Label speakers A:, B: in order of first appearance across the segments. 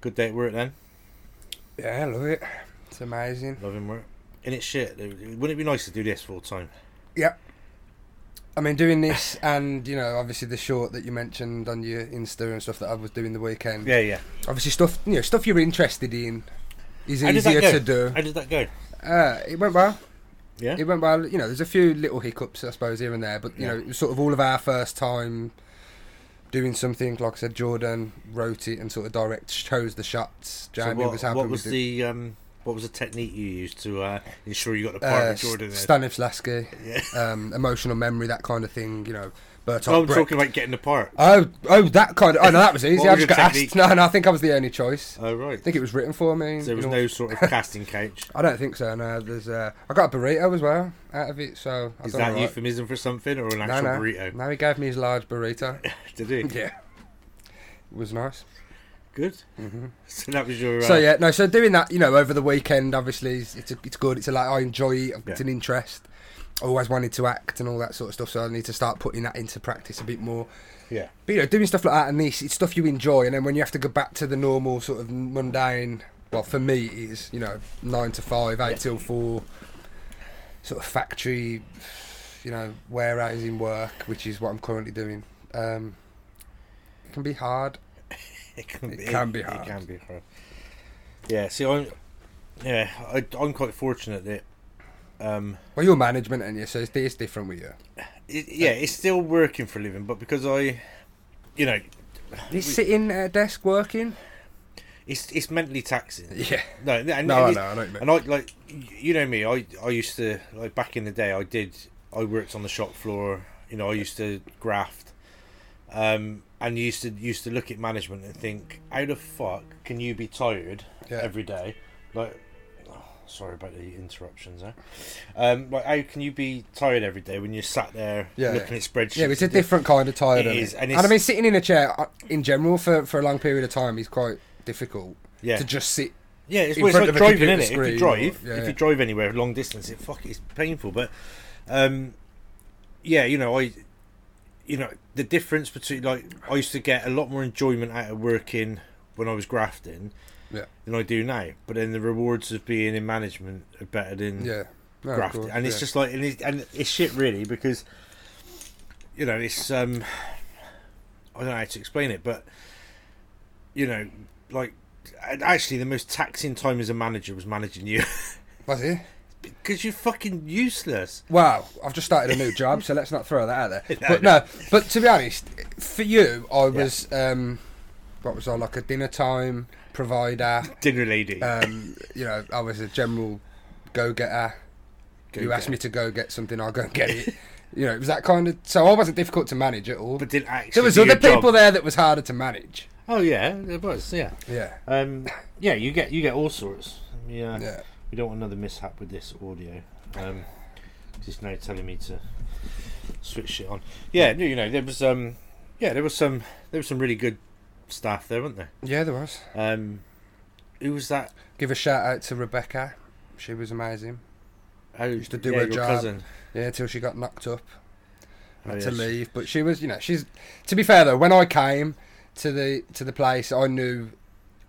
A: Good date were it then.
B: Yeah, I love it. It's amazing.
A: Loving work. And it's shit. Wouldn't it be nice to do this full time?
B: Yep. I mean, doing this and, you know, obviously the short that you mentioned on your Insta and stuff that I was doing the weekend.
A: Yeah, yeah.
B: Obviously, stuff, you know, stuff you're interested in is
A: How did that
B: easier
A: go?
B: to do.
A: How did that go?
B: Uh, it went well.
A: Yeah.
B: It went well. You know, there's a few little hiccups, I suppose, here and there, but, you
A: Yeah.
B: know, it was sort of all of our first time doing something. Like I said, Jordan wrote it and sort of direct chose the shots.
A: So
B: Jamie
A: what,
B: was happy
A: what was
B: with it.
A: the um, what was the technique you used to uh, ensure you got the part
B: Uh,
A: with Jordan? in?
B: Stanislavski,
A: yeah.
B: um, emotional memory, that kind of thing, you know. Bertolt
A: No, I'm
B: Brecht.
A: talking about getting the part.
B: Oh, oh, that kind of. Oh no, that was easy.
A: What
B: I
A: was
B: just
A: your
B: got
A: technique?
B: asked. No, no, I think I was the only choice.
A: Oh right.
B: I think it was written for me.
A: So there was
B: you know.
A: no sort of casting couch.
B: I don't think so. No, there's. Uh, I got a burrito as well out of it, so I
A: Is
B: done
A: that
B: alright.
A: euphemism for something or an
B: No,
A: actual
B: no.
A: burrito?
B: No, he gave me his large burrito.
A: Did he?
B: yeah, it was nice.
A: Good.
B: hmm
A: So that was your. Uh,
B: So yeah, no. So doing that, you know, over the weekend, obviously, it's it's, a, it's good. It's a, like I enjoy it. It's
A: Yeah.
B: an interest. I always wanted to act and all that sort of stuff, so I need to start putting that into practice a bit more.
A: Yeah.
B: But you know, doing stuff like that and this, it's stuff you enjoy, and then when you have to go back to the normal sort of mundane, well, for me, it is, you know, nine to five, eight
A: Yeah.
B: till four, sort of factory, you know, warehousing work, which is what I'm currently doing. Um, it can be hard.
A: It can,
B: It can be
A: It
B: hard.
A: can be hard. Yeah. See, I'm. Yeah, I, I'm quite fortunate that. Um,
B: Well, you're management, and you, so it's, it's different with you.
A: it, yeah, it's still working for a living, but because I, you know,
B: You sitting at a desk working?
A: it's it's mentally taxing.
B: Yeah.
A: No, and, and
B: No, I
A: it's-
B: know, I know what you mean.
A: And I like y- you know me. I I used to like back in the day. I did. I worked on the shop floor. You know, I used to graft, um, and used to used to look at management and think, how the fuck can you be tired
B: Yeah.
A: every day? Like, oh, sorry about the interruptions there. Um, like, how can you be tired every day when you're sat there
B: Yeah,
A: looking
B: yeah.
A: at spreadsheets?
B: Yeah, it's a
A: and doing-
B: different kind of tired.
A: It
B: isn't
A: is, and
B: and,
A: it's-
B: I mean, sitting in a chair uh, in general for, for a long period of time is quite difficult
A: Yeah,
B: to just sit
A: Yeah, it's,
B: in
A: well, it's
B: front
A: like
B: of a
A: driving,
B: computer
A: is it? If you
B: screen
A: drive,
B: or- yeah,
A: if
B: yeah.
A: you drive anywhere long distance, it fuck, it's painful. But, um, yeah, you know, I, you know, the difference between like I used to get a lot more enjoyment out of working when I was grafting,
B: Yeah.
A: than I do now. But then the rewards of being in management are better than
B: Yeah. No, of
A: grafting,
B: course,
A: Mm. and it's
B: yeah.
A: just like and, it, and it's shit really because, you know, it's um, I don't know how to explain it, but, you know, like. and Actually, the most taxing time as a manager was managing you.
B: Was it?
A: Because you're fucking useless.
B: Wow, I've just started a new job, so let's not throw that out there. but no, but to be honest, for you, I was um, what was I like a dinner time provider?
A: Dinner lady.
B: Um, you know, I was a general go getter.
A: Go
B: You asked
A: get
B: me to go get something, I'll go and get it. you know, it was that kind of. So I wasn't difficult to manage at all.
A: But didn't actually.
B: there was
A: do
B: other
A: your
B: people
A: job.
B: there that was harder to manage.
A: Oh yeah, there was. Yeah.
B: Yeah,
A: Um. Yeah, you get you get all sorts. Yeah.
B: yeah.
A: We don't want another mishap with this audio. Um. Just now telling me to switch shit on. Yeah. no, You know there was um. Yeah, there was some there was some really good staff there, weren't there?
B: Yeah, there was.
A: Um. Who was that?
B: Give a shout out to Rebecca. She was amazing.
A: Oh,
B: Used to do
A: yeah,
B: her
A: your
B: job.
A: cousin.
B: Yeah, till she got knocked up.
A: Oh,
B: had
A: yeah,
B: to
A: she-
B: leave. But she was, you know, she's. To be fair though, when I came to the to the place, I knew,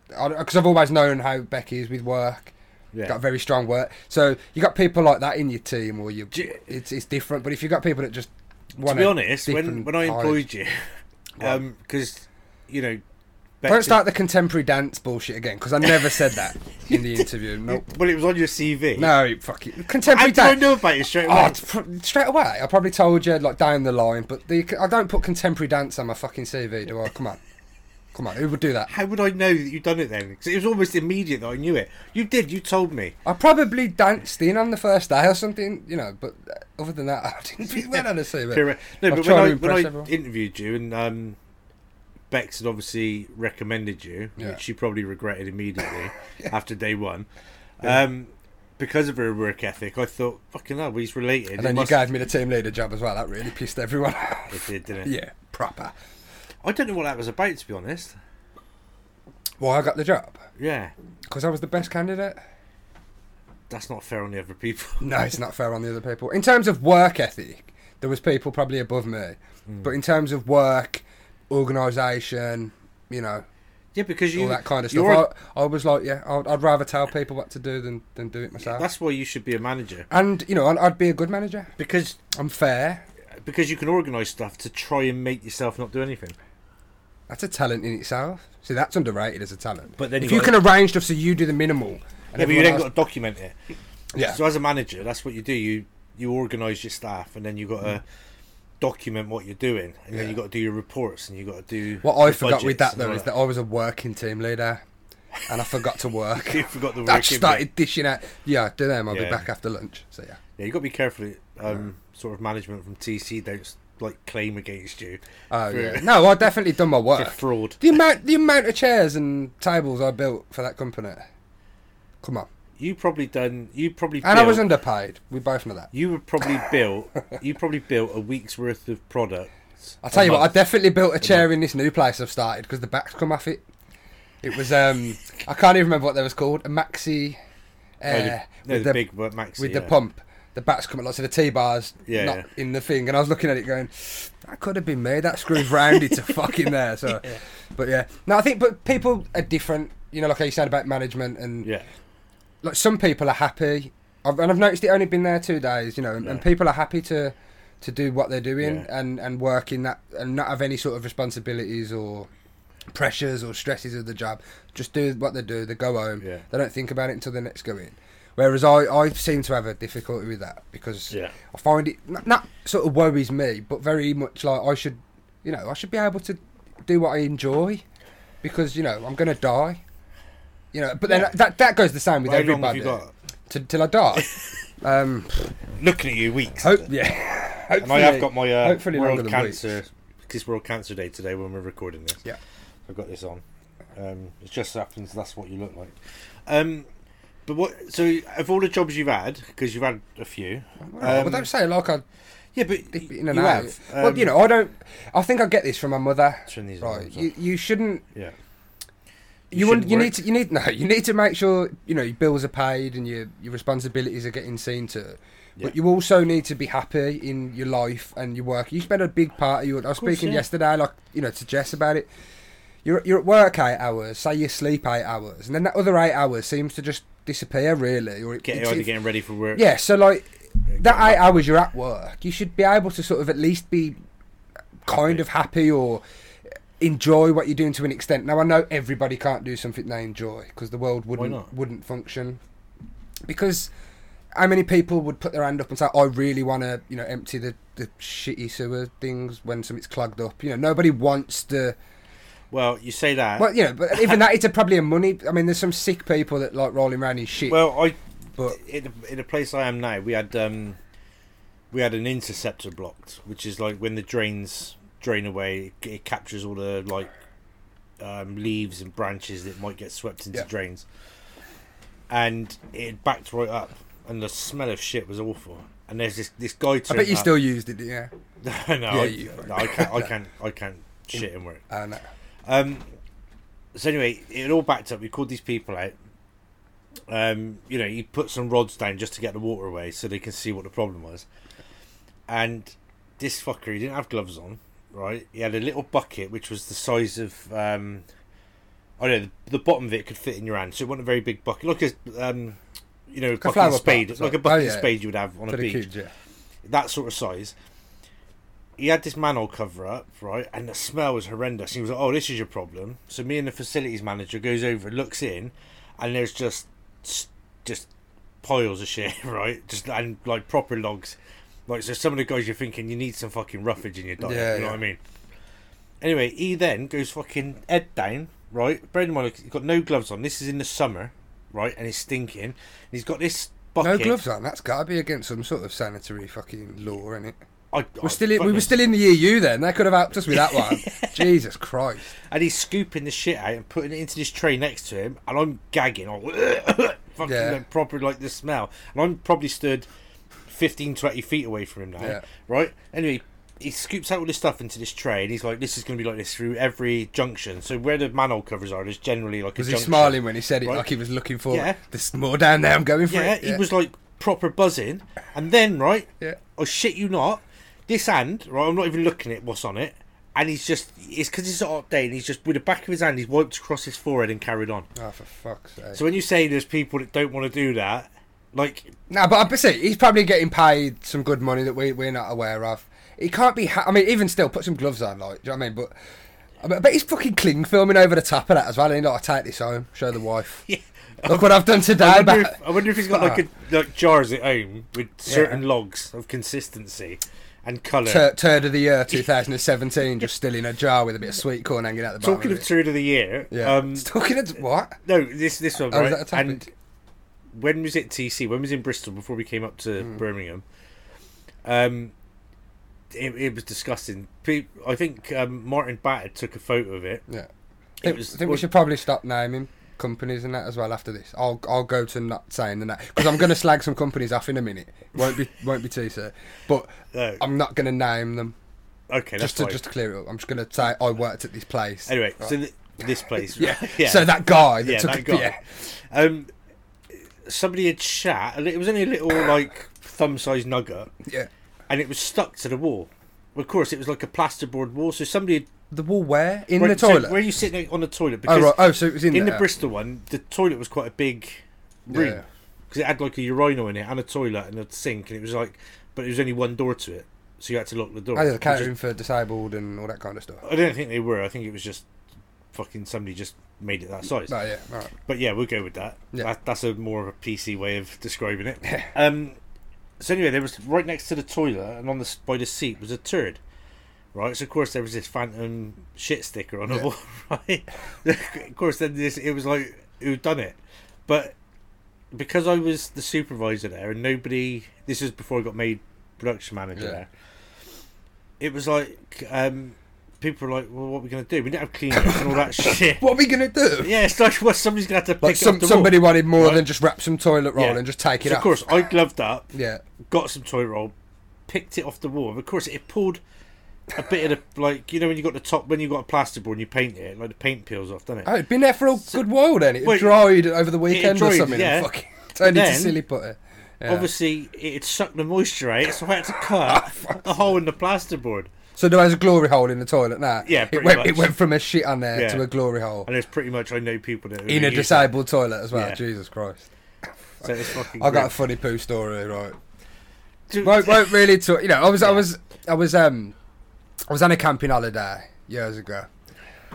B: because I've always known how Becky is with work.
A: Yeah.
B: Got very strong work. So you got people like that in your team, or you.
A: Do you-
B: It's it's different. But if you got people that just.
A: To
B: wanna-
A: be honest, when
B: different
A: when I
B: hide.
A: employed you,
B: Right.
A: um, because you know.
B: Don't
A: Betsy-
B: start the contemporary dance bullshit again, because I never said that in the interview. Nope.
A: Well, it was on your CV.
B: No, you fuck it.
A: I
B: Contemporary
A: don't
B: dance.
A: know about it straight away.
B: Oh, it's pr- straight away. I probably told you like down the line, but the, I don't put contemporary dance on my fucking CV, do I? Come on, come on. Who would do that?
A: How would I know that you'd done it then? 'Cause it was almost immediate that I knew it. You did. You told me.
B: I probably danced in on the first day or something, you know. But uh, other than that, I didn't do well on the CV.
A: Correct. No,
B: I'm
A: but when
B: trying
A: I,
B: to
A: when
B: impress
A: I
B: everyone.
A: interviewed you and um, Bex had obviously recommended you,
B: Yeah.
A: which she probably regretted immediately
B: Yeah.
A: after day one, um, because of her work ethic. I thought, fucking hell, well, he's related. It
B: And then you
A: must-
B: gave me the team leader job as well. That really pissed everyone off.
A: It did, didn't it?
B: Yeah, proper.
A: I don't know what that was about, to be honest.
B: Why I got the job?
A: Yeah,
B: Because I was the best candidate.
A: that's not fair on the other people.
B: No, it's not fair on the other people. In terms of work ethic, there was people probably
A: Hmm.
B: above me, but in terms of work, organisation, you know,
A: Yeah, because you
B: all that kind of
A: you're a-
B: stuff. I, I was like, yeah, I'd, I'd rather tell people what to do than, than do it myself.
A: that's why you should be a manager
B: and you know, I'd, I'd be a good manager.
A: because
B: I'm fair.
A: because you can organise stuff to try and make yourself not do anything.
B: That's a talent in itself. See, that's underrated as a talent.
A: But then
B: if
A: you
B: you
A: gotta-
B: can arrange stuff so you do the minimal, and
A: Yeah, but you
B: everyone
A: then got
B: else-
A: to document it.
B: yeah,
A: So as a manager, that's what you do. You you organise your staff, and then you got to document what you're doing, and then
B: Mm. Yeah.
A: you got to do your reports, and you got to do
B: What I
A: your
B: forgot with
A: budgets
B: that
A: and
B: though
A: all
B: is that I was a working team leader, and I forgot to work.
A: you forgot the
B: I
A: work.
B: started dishing out. Yeah, do them. I'll
A: Yeah.
B: be back after lunch. So yeah,
A: Yeah, you got to be careful. Um, sort of management from TC don't like claim against you
B: oh
A: For-
B: yeah. No, I definitely done my
A: for
B: work.
A: fraud.
B: The amount, the amount of chairs and tables I built for that company. Come on,
A: You probably done. You probably
B: and I was
A: built-
B: underpaid. We both know that.
A: You were probably built. You probably built a week's worth of products.
B: I'll tell
A: a
B: you what, I
A: month.
B: definitely built a chair in this new place I've started because the back's come off it. It was um, I can't even remember what that was called. A maxi, uh,
A: No, the- no,
B: with
A: the
B: the-
A: big but maxi
B: with
A: yeah.
B: the pump. The bat's coming lots of the T bars
A: Yeah,
B: not
A: yeah.
B: in the thing, and I was looking at it going, that could have been me. That screw's rounded to fucking there. So, but yeah, no, I think but people are different. You know, like how you said about management, and
A: Yeah,
B: like some people are happy, I've, and I've noticed it only been there two days. You know, and, and
A: Yeah.
B: people are happy to to do what they're doing
A: Yeah.
B: and and work in that and not have any sort of responsibilities or pressures or stresses of the job. Just do what they do. They go home.
A: Yeah.
B: They don't think about it until the next go in. Whereas I, I seem to have a difficulty with that because
A: yeah,
B: I find it not, not sort of worries me, but very much like I should, you know, I should be able to do what I enjoy because you know I'm gonna die, you know. But then
A: Yeah.
B: that that goes the same with
A: How long have
B: everybody
A: you got?
B: Till- till I die. um,
A: Looking at you, weeks.
B: hope yeah. Hopefully,
A: and I have got my uh,
B: hopefully longer
A: World
B: than
A: Cancer.
B: weeks.
A: It's World Cancer Day today when we're recording this.
B: Yeah.
A: I've got this on. Um, it just happens that's what you look like. Um, but what? So of all the jobs you've had, because you've had a few.
B: Oh, Well,
A: um,
B: don't say it like I
A: Yeah, but
B: dip it in and
A: you
B: out.
A: have. um,
B: well, you know, I don't. I think I get this from my mother.
A: Turn these
B: Right,
A: arms
B: you,
A: up.
B: you shouldn't
A: Yeah.
B: you want,
A: shouldn't
B: you
A: work.
B: need to you need no you need to make sure you know your bills are paid and your your responsibilities are getting seen to.
A: Yeah.
B: But you also need to be happy in your life and your work. You spend a big part of your. I was
A: course,
B: speaking
A: yeah.
B: yesterday, like you know, to Jess about it. You're you're at work eight hours. Say you sleep eight hours, and then that other eight hours seems to just disappear, really. Or it,
A: Get
B: it's-
A: either
B: it-
A: getting ready for work.
B: yeah, so like
A: getting
B: that
A: back.
B: eight hours you're at work, you should be able to sort of at least be kind
A: Happy.
B: of happy or enjoy what you're doing to an extent. Now I know everybody can't do something they enjoy because the world
A: not?
B: wouldn't wouldn't function. Because how many people would put their hand up and say, "I really want to," you know, empty the the shitty sewer things when something's clogged up. You know, nobody wants the
A: Well, you say that.
B: well, you know, but even that it's a, probably a money. I mean, there's some sick people that like rolling around in shit.
A: Well, I
B: but
A: in the, in the place I am now, we had um, we had an interceptor blocked, which is like when the drains drain away, it, it captures all the like um, leaves and branches that might get swept into
B: Yeah.
A: drains, and it backed right up, and the smell of shit was awful. And there's this this guy.
B: I bet you still used it, yeah.
A: no,
B: Yeah,
A: I,
B: you-
A: no, I can't. I can't. I can't shit and work.
B: I don't know.
A: Um, so anyway, it all backed up. We called these people out. Um, you know, you put some rods down just to get the water away so they can see what the problem was. And this fucker, he didn't have gloves on, right? He had a little bucket which was the size of um, I don't know the, the bottom of it could fit in your hand, so it wasn't a very big bucket, like a um, you know, bucket
B: flower
A: and
B: pot,
A: spade,
B: so-
A: like a bucket
B: oh,
A: and
B: yeah.
A: spade you would have on
B: For
A: a
B: the
A: beach
B: kids, yeah.
A: that sort of size. He had this manhole cover up, right, and the smell was horrendous. He was like, "Oh, this is your problem." So me and the facilities manager goes over, looks in, and there's just just piles of shit, right? Just and like proper logs. Like so, some of the guys you're thinking you need some fucking roughage in your diet.
B: Yeah,
A: you know
B: yeah.
A: what I mean? Anyway, he then goes fucking head down, right? Bear in mind, like, he's got no gloves on. This is in the summer, right? And he's stinking. And he's got this
B: No
A: bucket.
B: gloves on. That's got to be against some sort of sanitary fucking law, isn't it?
A: I, I
B: We're still in, we
A: fucking-
B: were still in the EU then. They could have helped us with that one. Jesus Christ!
A: and he's scooping the shit out and putting it into this tray next to him, and I'm gagging, I'm fucking
B: Yeah.
A: like, proper like the smell, and I'm probably stood 15, 20 feet away from him now,
B: Yeah.
A: right? Anyway, he scoops out all this stuff into this tray, and he's like, "This is going to be like this through every junction." So where the manhole covers are, there's generally like a
B: Was he
A: junction.
B: smiling when he said it,
A: Right.
B: like he was looking for
A: Yeah.
B: this more down there? I'm going for
A: Yeah,
B: it.
A: he was like proper buzzing, and then right,
B: Yeah.
A: oh shit, you not, this hand, right? I'm not even looking at what's on it. and he's just it's because it's a hot day, and he's just with the back of his hand, he's wiped across his forehead and carried on.
B: Oh, for fuck's sake.
A: So when you say there's people that don't want to do that, like
B: No, but I see he's probably getting paid some good money that we we're not aware of. He can't be. Ha- I mean, even still, put some gloves on, like do you know what I mean? But I, mean, I bet he's fucking cling filming over the top of that as well. And he's like, I take this home, show the wife.
A: yeah,
B: Look what I've done
A: I
B: today.
A: wonder,
B: But
A: if, I wonder if he's got like a, like jars at home with certain logs of consistency and colour.
B: Tur- turd of the year 2017, just still in a jar with a bit of sweet corn hanging out the bottom.
A: Talking
B: of
A: of
B: it.
A: turd of the year,
B: yeah,
A: um,
B: talking of what?
A: no, this this one
B: Oh,
A: right,
B: is that a topic?
A: and when was it TC? When was in Bristol before we came up to
B: Hmm.
A: Birmingham? Um, it, it was disgusting. Pe- I think um, Martin Batter took a photo of it.
B: Yeah. I
A: It
B: think,
A: was-
B: I think we should probably stop naming companies and that as well after this. I'll I'll go to not saying the name because I'm going to slag some companies off in a minute. Won't be won't be too sir, but
A: No.
B: I'm not going to name them
A: Okay, that's
B: just to
A: fine.
B: just to clear it up. I'm just going to say I worked at this place.
A: Anyway, so th- this place,
B: yeah. So that guy that
A: yeah,
B: took
A: that
B: it-
A: guy.
B: yeah.
A: Um, somebody had shat. and It was only a little like thumb-sized nugget,
B: yeah.
A: and it was stuck to the wall. Of course, it was like a plasterboard wall. So somebody had,
B: The wall where in
A: where-
B: the
A: so
B: toilet.
A: where you sitting on the toilet
B: oh
A: because
B: right. Oh, so it was in,
A: in the
B: there.
A: Bristol one, the toilet was quite a big room
B: Yeah.
A: because it had like a urinal in it and a toilet and a sink, and it was like, but it was only one door to it, so you had to lock the door.
B: I did a
A: which is-
B: Oh, catering for disabled and all that kind of stuff. Oh,
A: I don't think they were. I think it was just fucking somebody just made it that size.
B: But yeah, all right.
A: But yeah, we'll go with that.
B: Yeah.
A: that that's a more of a PC way of describing it. um, so anyway, there was right next to the toilet, and on the s- by the seat was a turd. Right, so of course there was this phantom shit sticker on the
B: Yeah.
A: wall. Right, of course then this it was like who done it, but because I was the supervisor there and nobody. This was before I got made production manager
B: Yeah.
A: there. It was like um, people were like, "Well, what are we gonna do? We didn't have cleaners and all that shit."
B: What are we gonna do?
A: Yeah, it's like well, somebody's gonna have to pick
B: like
A: up
B: some,
A: the
B: somebody
A: Wall.
B: wanted more
A: Right.
B: than just wrap some toilet roll
A: Yeah.
B: and just take it
A: So
B: off.
A: of course, I gloved up,
B: Yeah.
A: got some toilet roll, picked it off the wall. Of course, it pulled a bit of the like you know when you got the top when you got a plasterboard and you paint it like the paint peels off, doesn't it?
B: Oh, it'd been there for a good while then. It
A: Wait.
B: dried over the weekend or
A: dried,
B: something.
A: yeah.
B: And fucking turned
A: Then-
B: into silly putter. Yeah. Oh,
A: Obviously, it had sucked the moisture out, so I had to cut a hole in the plasterboard,
B: So there was a glory hole in the toilet now.
A: Yeah,
B: it
A: pretty
B: went,
A: much.
B: it went from a shit on there
A: Yeah.
B: to a glory hole
A: and it's pretty much I know people that are
B: in a
A: use that,
B: disabled toilet as well.
A: Yeah.
B: Jesus Christ.
A: So it's fucking.
B: I got a
A: grim.
B: funny poo story, right?
A: Do-
B: won't, won't really talk. You know, I was, I was, I was, um, I was on a camping holiday years ago,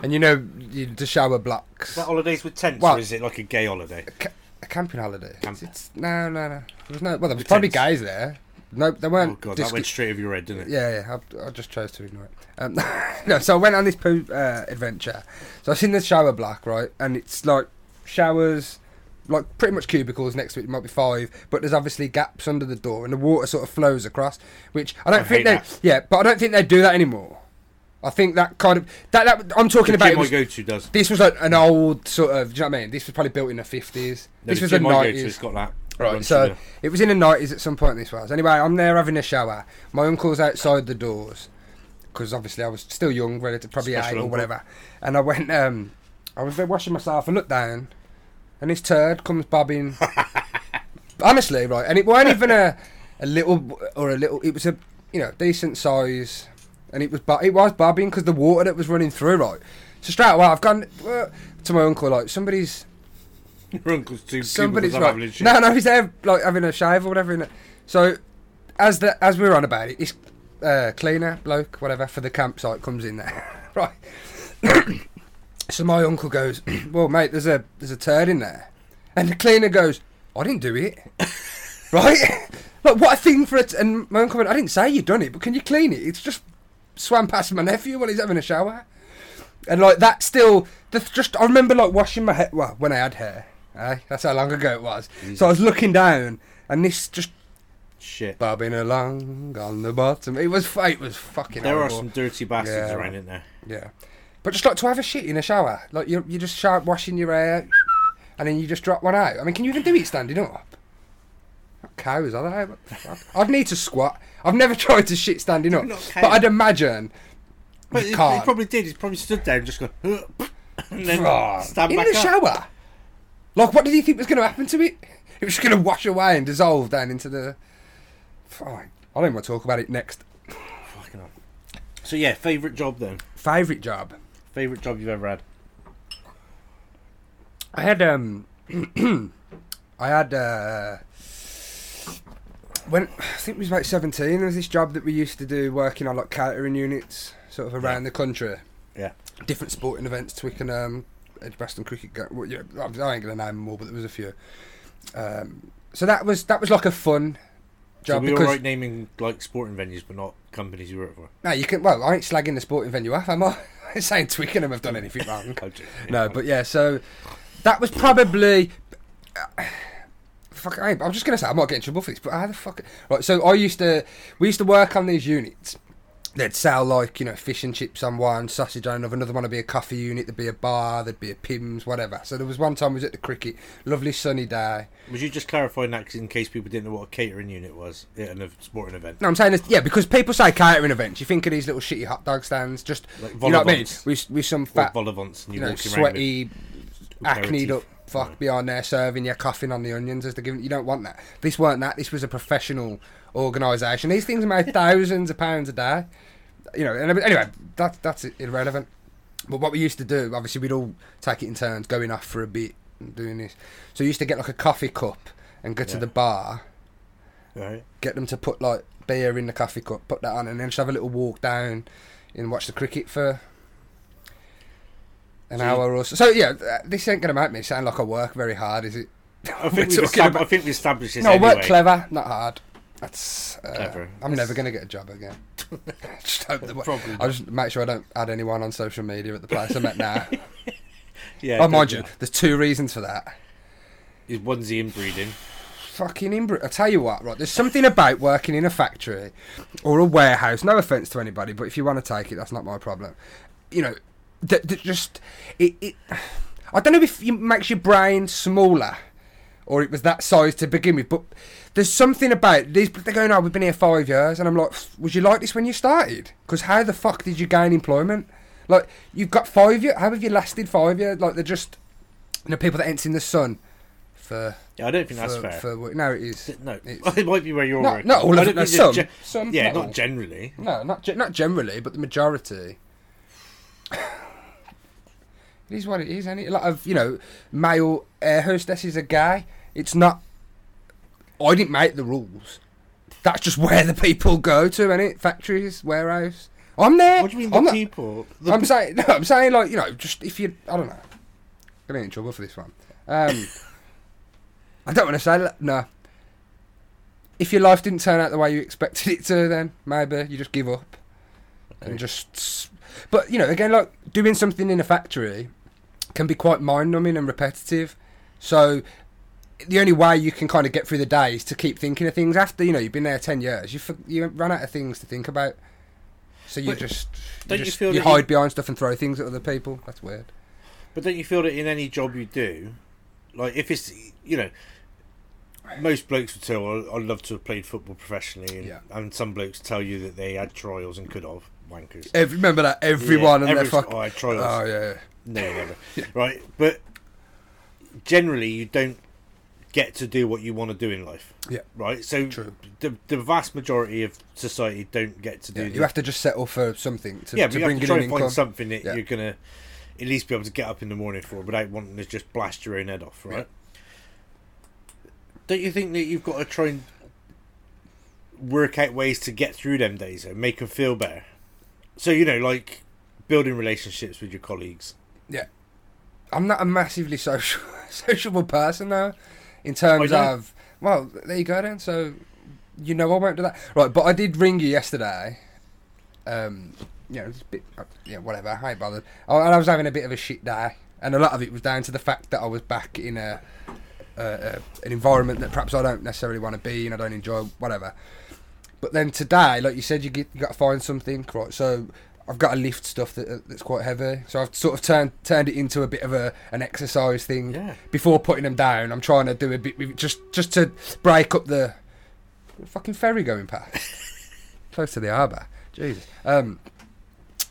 B: and you know, you, the shower blocks.
A: Is that holidays with tents,
B: Well-
A: or is it like a gay holiday?
B: Ca- a camping holiday.
A: Camp-
B: It's, no, no, no. There was no. Well, there was probably
A: tents.
B: guys there. No, they weren't.
A: Oh god,
B: disc-
A: that went straight over your head, didn't it?
B: yeah, yeah. I, I just chose to ignore it. Um, no, so I went on this poo uh, adventure. So I seen the shower block, right? And it's like showers, like pretty much cubicles next to it. It might be five, but there's obviously gaps under the door, and the water sort of flows across. Which I don't
A: I hate
B: think they.
A: that.
B: Yeah, but I don't think they do that anymore. I think that kind of that, that I'm talking
A: The
B: about. it
A: gym I
B: was-
A: go to does.
B: this was like an old sort of. Do you know what I mean? This was probably built in the fifties.
A: No,
B: this
A: the
B: was the
A: gym I go to,
B: nineties.
A: it's got that. run
B: Right,
A: to
B: so
A: the-
B: it was in the nineties at some point. This was anyway. I'm there having a shower. My uncle's outside the doors because obviously I was still young, relative, probably
A: Special
B: eight or
A: uncle.
B: whatever. And I went. um I was there washing myself. I looked down, and this turd comes bobbing. Honestly, right, and it wasn't even a a little or a little. It was a you know decent size, and it was bo- it was bobbing because the water that was running through, right. So straight away, I've gone uh, to my uncle like somebody's
A: Your uncle's too
B: Somebody's
A: Somebody's
B: right.
A: having a shit.
B: No, no, he's there like having a shave or whatever. innit? So as the as we were on about it, this uh, cleaner bloke, whatever, for the campsite comes in there, right? so my uncle goes, "Well, mate, there's a there's a turd in there," and the cleaner goes, "I didn't do it." right? Like what a thing for it. And my uncle went, I didn't say you done it, but can you clean it? It's just swam past my nephew while he's having a shower, and like that still. The, just I remember like washing my hair. Well, when I had hair, eh? that's how long ago it was. So I was looking down, and this just
A: Shit.
B: bobbing along on the bottom. It was it was fucking.
A: There are
B: horrible.
A: some dirty bastards
B: Yeah.
A: around in there.
B: Yeah, but just like to have a shit in a shower, like you you just start washing your hair, and then you just drop one out. I mean, can you even do it standing up? Not cows, are they? What the fuck? I'd need to squat. I've never tried to shit standing up,
A: Not cows.
B: but I'd imagine.
A: But
B: you
A: he, he
B: can't.
A: probably did. He's probably stood there and just gone, "Huh," and then
B: Oh,
A: stand
B: in
A: back
B: the
A: up.
B: shower. Like, what did he think was going to happen to it? It was just going to wash away and dissolve down into the. Fine. I don't want to talk about it next.
A: Fucking hell. So yeah, favorite job then.
B: Favorite job.
A: Favorite job you've ever had.
B: I had um, I had uh, when I think it was about seventeen. There was this job that we used to do working on like catering units, sort of around the country.
A: Yeah.
B: Different sporting events, Twickenham, Edgbaston Cricket. Ga- Well, yeah, I ain't gonna name them all, but there was a few. Um, so that was that was like a fun
A: So
B: job
A: we
B: because
A: all right naming like sporting venues, but not companies you work for.
B: no, you can. Well, I ain't slagging the sporting venue off, am I? I ain't saying Twickenham have done anything wrong.
A: I'm joking.
B: No, but yeah, so that was probably. Fuck, I, I'm just gonna say I'm not getting trouble for this, but how the fuck? Right, so I used to, we used to work on these units. They'd sell like you know fish and chips on one, sausage on another. Another one would be a coffee unit. There'd be a bar. There'd be a Pims, whatever. So there was one time we was at the cricket, lovely sunny day.
A: Would you just clarify that 'cause in case people didn't know what a catering unit was at a sporting event?
B: No, I'm saying this, yeah, because people say catering events. You think of these little shitty hot dog stands, just
A: Like
B: you know what I mean?
A: volivants.
B: We we some
A: Or
B: fat
A: volivants and
B: you
A: you,
B: know,
A: walking around. with-
B: sweaty, acneed up
A: aperitif.
B: fuck
A: Yeah.
B: behind there serving you, coughing on the onions as they're giving. You don't want that. This weren't that. This was a professional organisation. These things made thousands of pounds a day. You know, and anyway, that that's irrelevant. But what we used to do, obviously, we'd all take it in turns, going off for a bit and doing this. So you used to get like a coffee cup and go to
A: Yeah.
B: the bar
A: Right.
B: get them to put like beer in the coffee cup, put that on, and then just have a little walk down and watch the cricket for an
A: So you-
B: hour or so. So yeah, th- this ain't gonna make me sound like I work very hard, is it?
A: I think, we've
B: talking
A: estab-
B: about-
A: I think we established this
B: no,
A: anyway.
B: I work clever, not hard. That's uh,
A: Clever.
B: I'm never gonna get a job again. just hope that
A: Probably
B: I'll just make sure I don't add anyone on social media at the place I'm at now.
A: yeah,
B: oh, mind
A: don't-
B: you, there's two reasons for that.
A: Is one's the inbreeding.
B: fucking inbreed. I tell you what, right? There's something about working in a factory or a warehouse. No offense to anybody, but if you want to take it, that's not my problem. You know, that that just it, it. I don't know if it makes your brain smaller. Or it was that size to begin with, but there's something about these. They're going, "Oh, we've been here five years," and I'm like, "Was you like this when you started? Because how the fuck did you gain employment? Like, you've got five years. How have you lasted five years? Like, they're just, you know, people that ain't seen the sun for
A: Yeah, I don't think that's
B: for-
A: fair.
B: for work. No, it is.
A: Th- no,
B: it's-
A: it might be where you're
B: No,
A: working.
B: not all
A: I don't
B: of it, no,
A: think it's
B: some-
A: gen-
B: some,
A: yeah,
B: not
A: not,
B: all.
A: generally.
B: No, not ge- not generally, but the majority. it is what it is, isn't it? A lot of you know, male air hostess is a guy. It's not. I didn't make the rules. That's just where the people go to, and it factories, warehouse. I'm there.
A: What do you mean
B: I'm
A: the
B: not-
A: people? The-
B: I'm saying, no, I'm saying like you know, just if you, I don't know, gonna get in trouble for this one. Um, I don't want to say li- no. If your life didn't turn out the way you expected it to, then maybe you just give up
A: Okay.
B: and just. s- But you know, again, like doing something in a factory can be quite mind numbing and repetitive. So the only way you can kind of get through the day is to keep thinking of things. After you know you've been there ten years, you f- you run out of things to think about. So you
A: But
B: just
A: don't
B: you,
A: you
B: just,
A: feel
B: you
A: that you-
B: hide behind stuff and throw things at other people. That's weird.
A: But don't you feel that in any job you do, like if it's you know, most blokes would tell I- I'd love to have played football professionally, and,
B: Yeah.
A: and some blokes tell you that they had trials and could have wankers.
B: Every, remember that everyone
A: Yeah,
B: and their
A: every-
B: fuck.
A: oh, I had trials.
B: Oh yeah,
A: No, never. Right, but generally you don't get to do what you want to do in life.
B: Yeah.
A: Right. So
B: True.
A: the the vast majority of society don't get to do.
B: yeah.
A: the-
B: You have to just settle for something to,
A: yeah, but
B: to
A: you have
B: bring
A: to
B: in
A: try
B: an
A: and find
B: income.
A: something that
B: Yeah.
A: you're gonna at least be able to get up in the morning for without wanting to just blast your own head off, right? Don't you think that you've got to try and work out ways to get through them days and make them feel better? So you know, like building relationships with your colleagues.
B: I'm not a massively social sociable person though, in terms
A: Oh, you don't?
B: of well, there you go then. So you know I won't do that, right? But I did ring you yesterday. Um, you know, it's a bit, uh, yeah, whatever. I ain't bothered. I, I was having a bit of a shit day, and a lot of it was down to the fact that I was back in a, a, a an environment that perhaps I don't necessarily want to be and I don't enjoy, whatever. But then today, like you said, you get you got to find something, right? So I've got to lift stuff that, that's quite heavy. So I've sort of turned turned it into a bit of a an exercise thing.
A: Yeah.
B: Before putting them down, I'm trying to do a bit with- just just to break up the fucking ferry going past close to the harbour. Jesus. Um,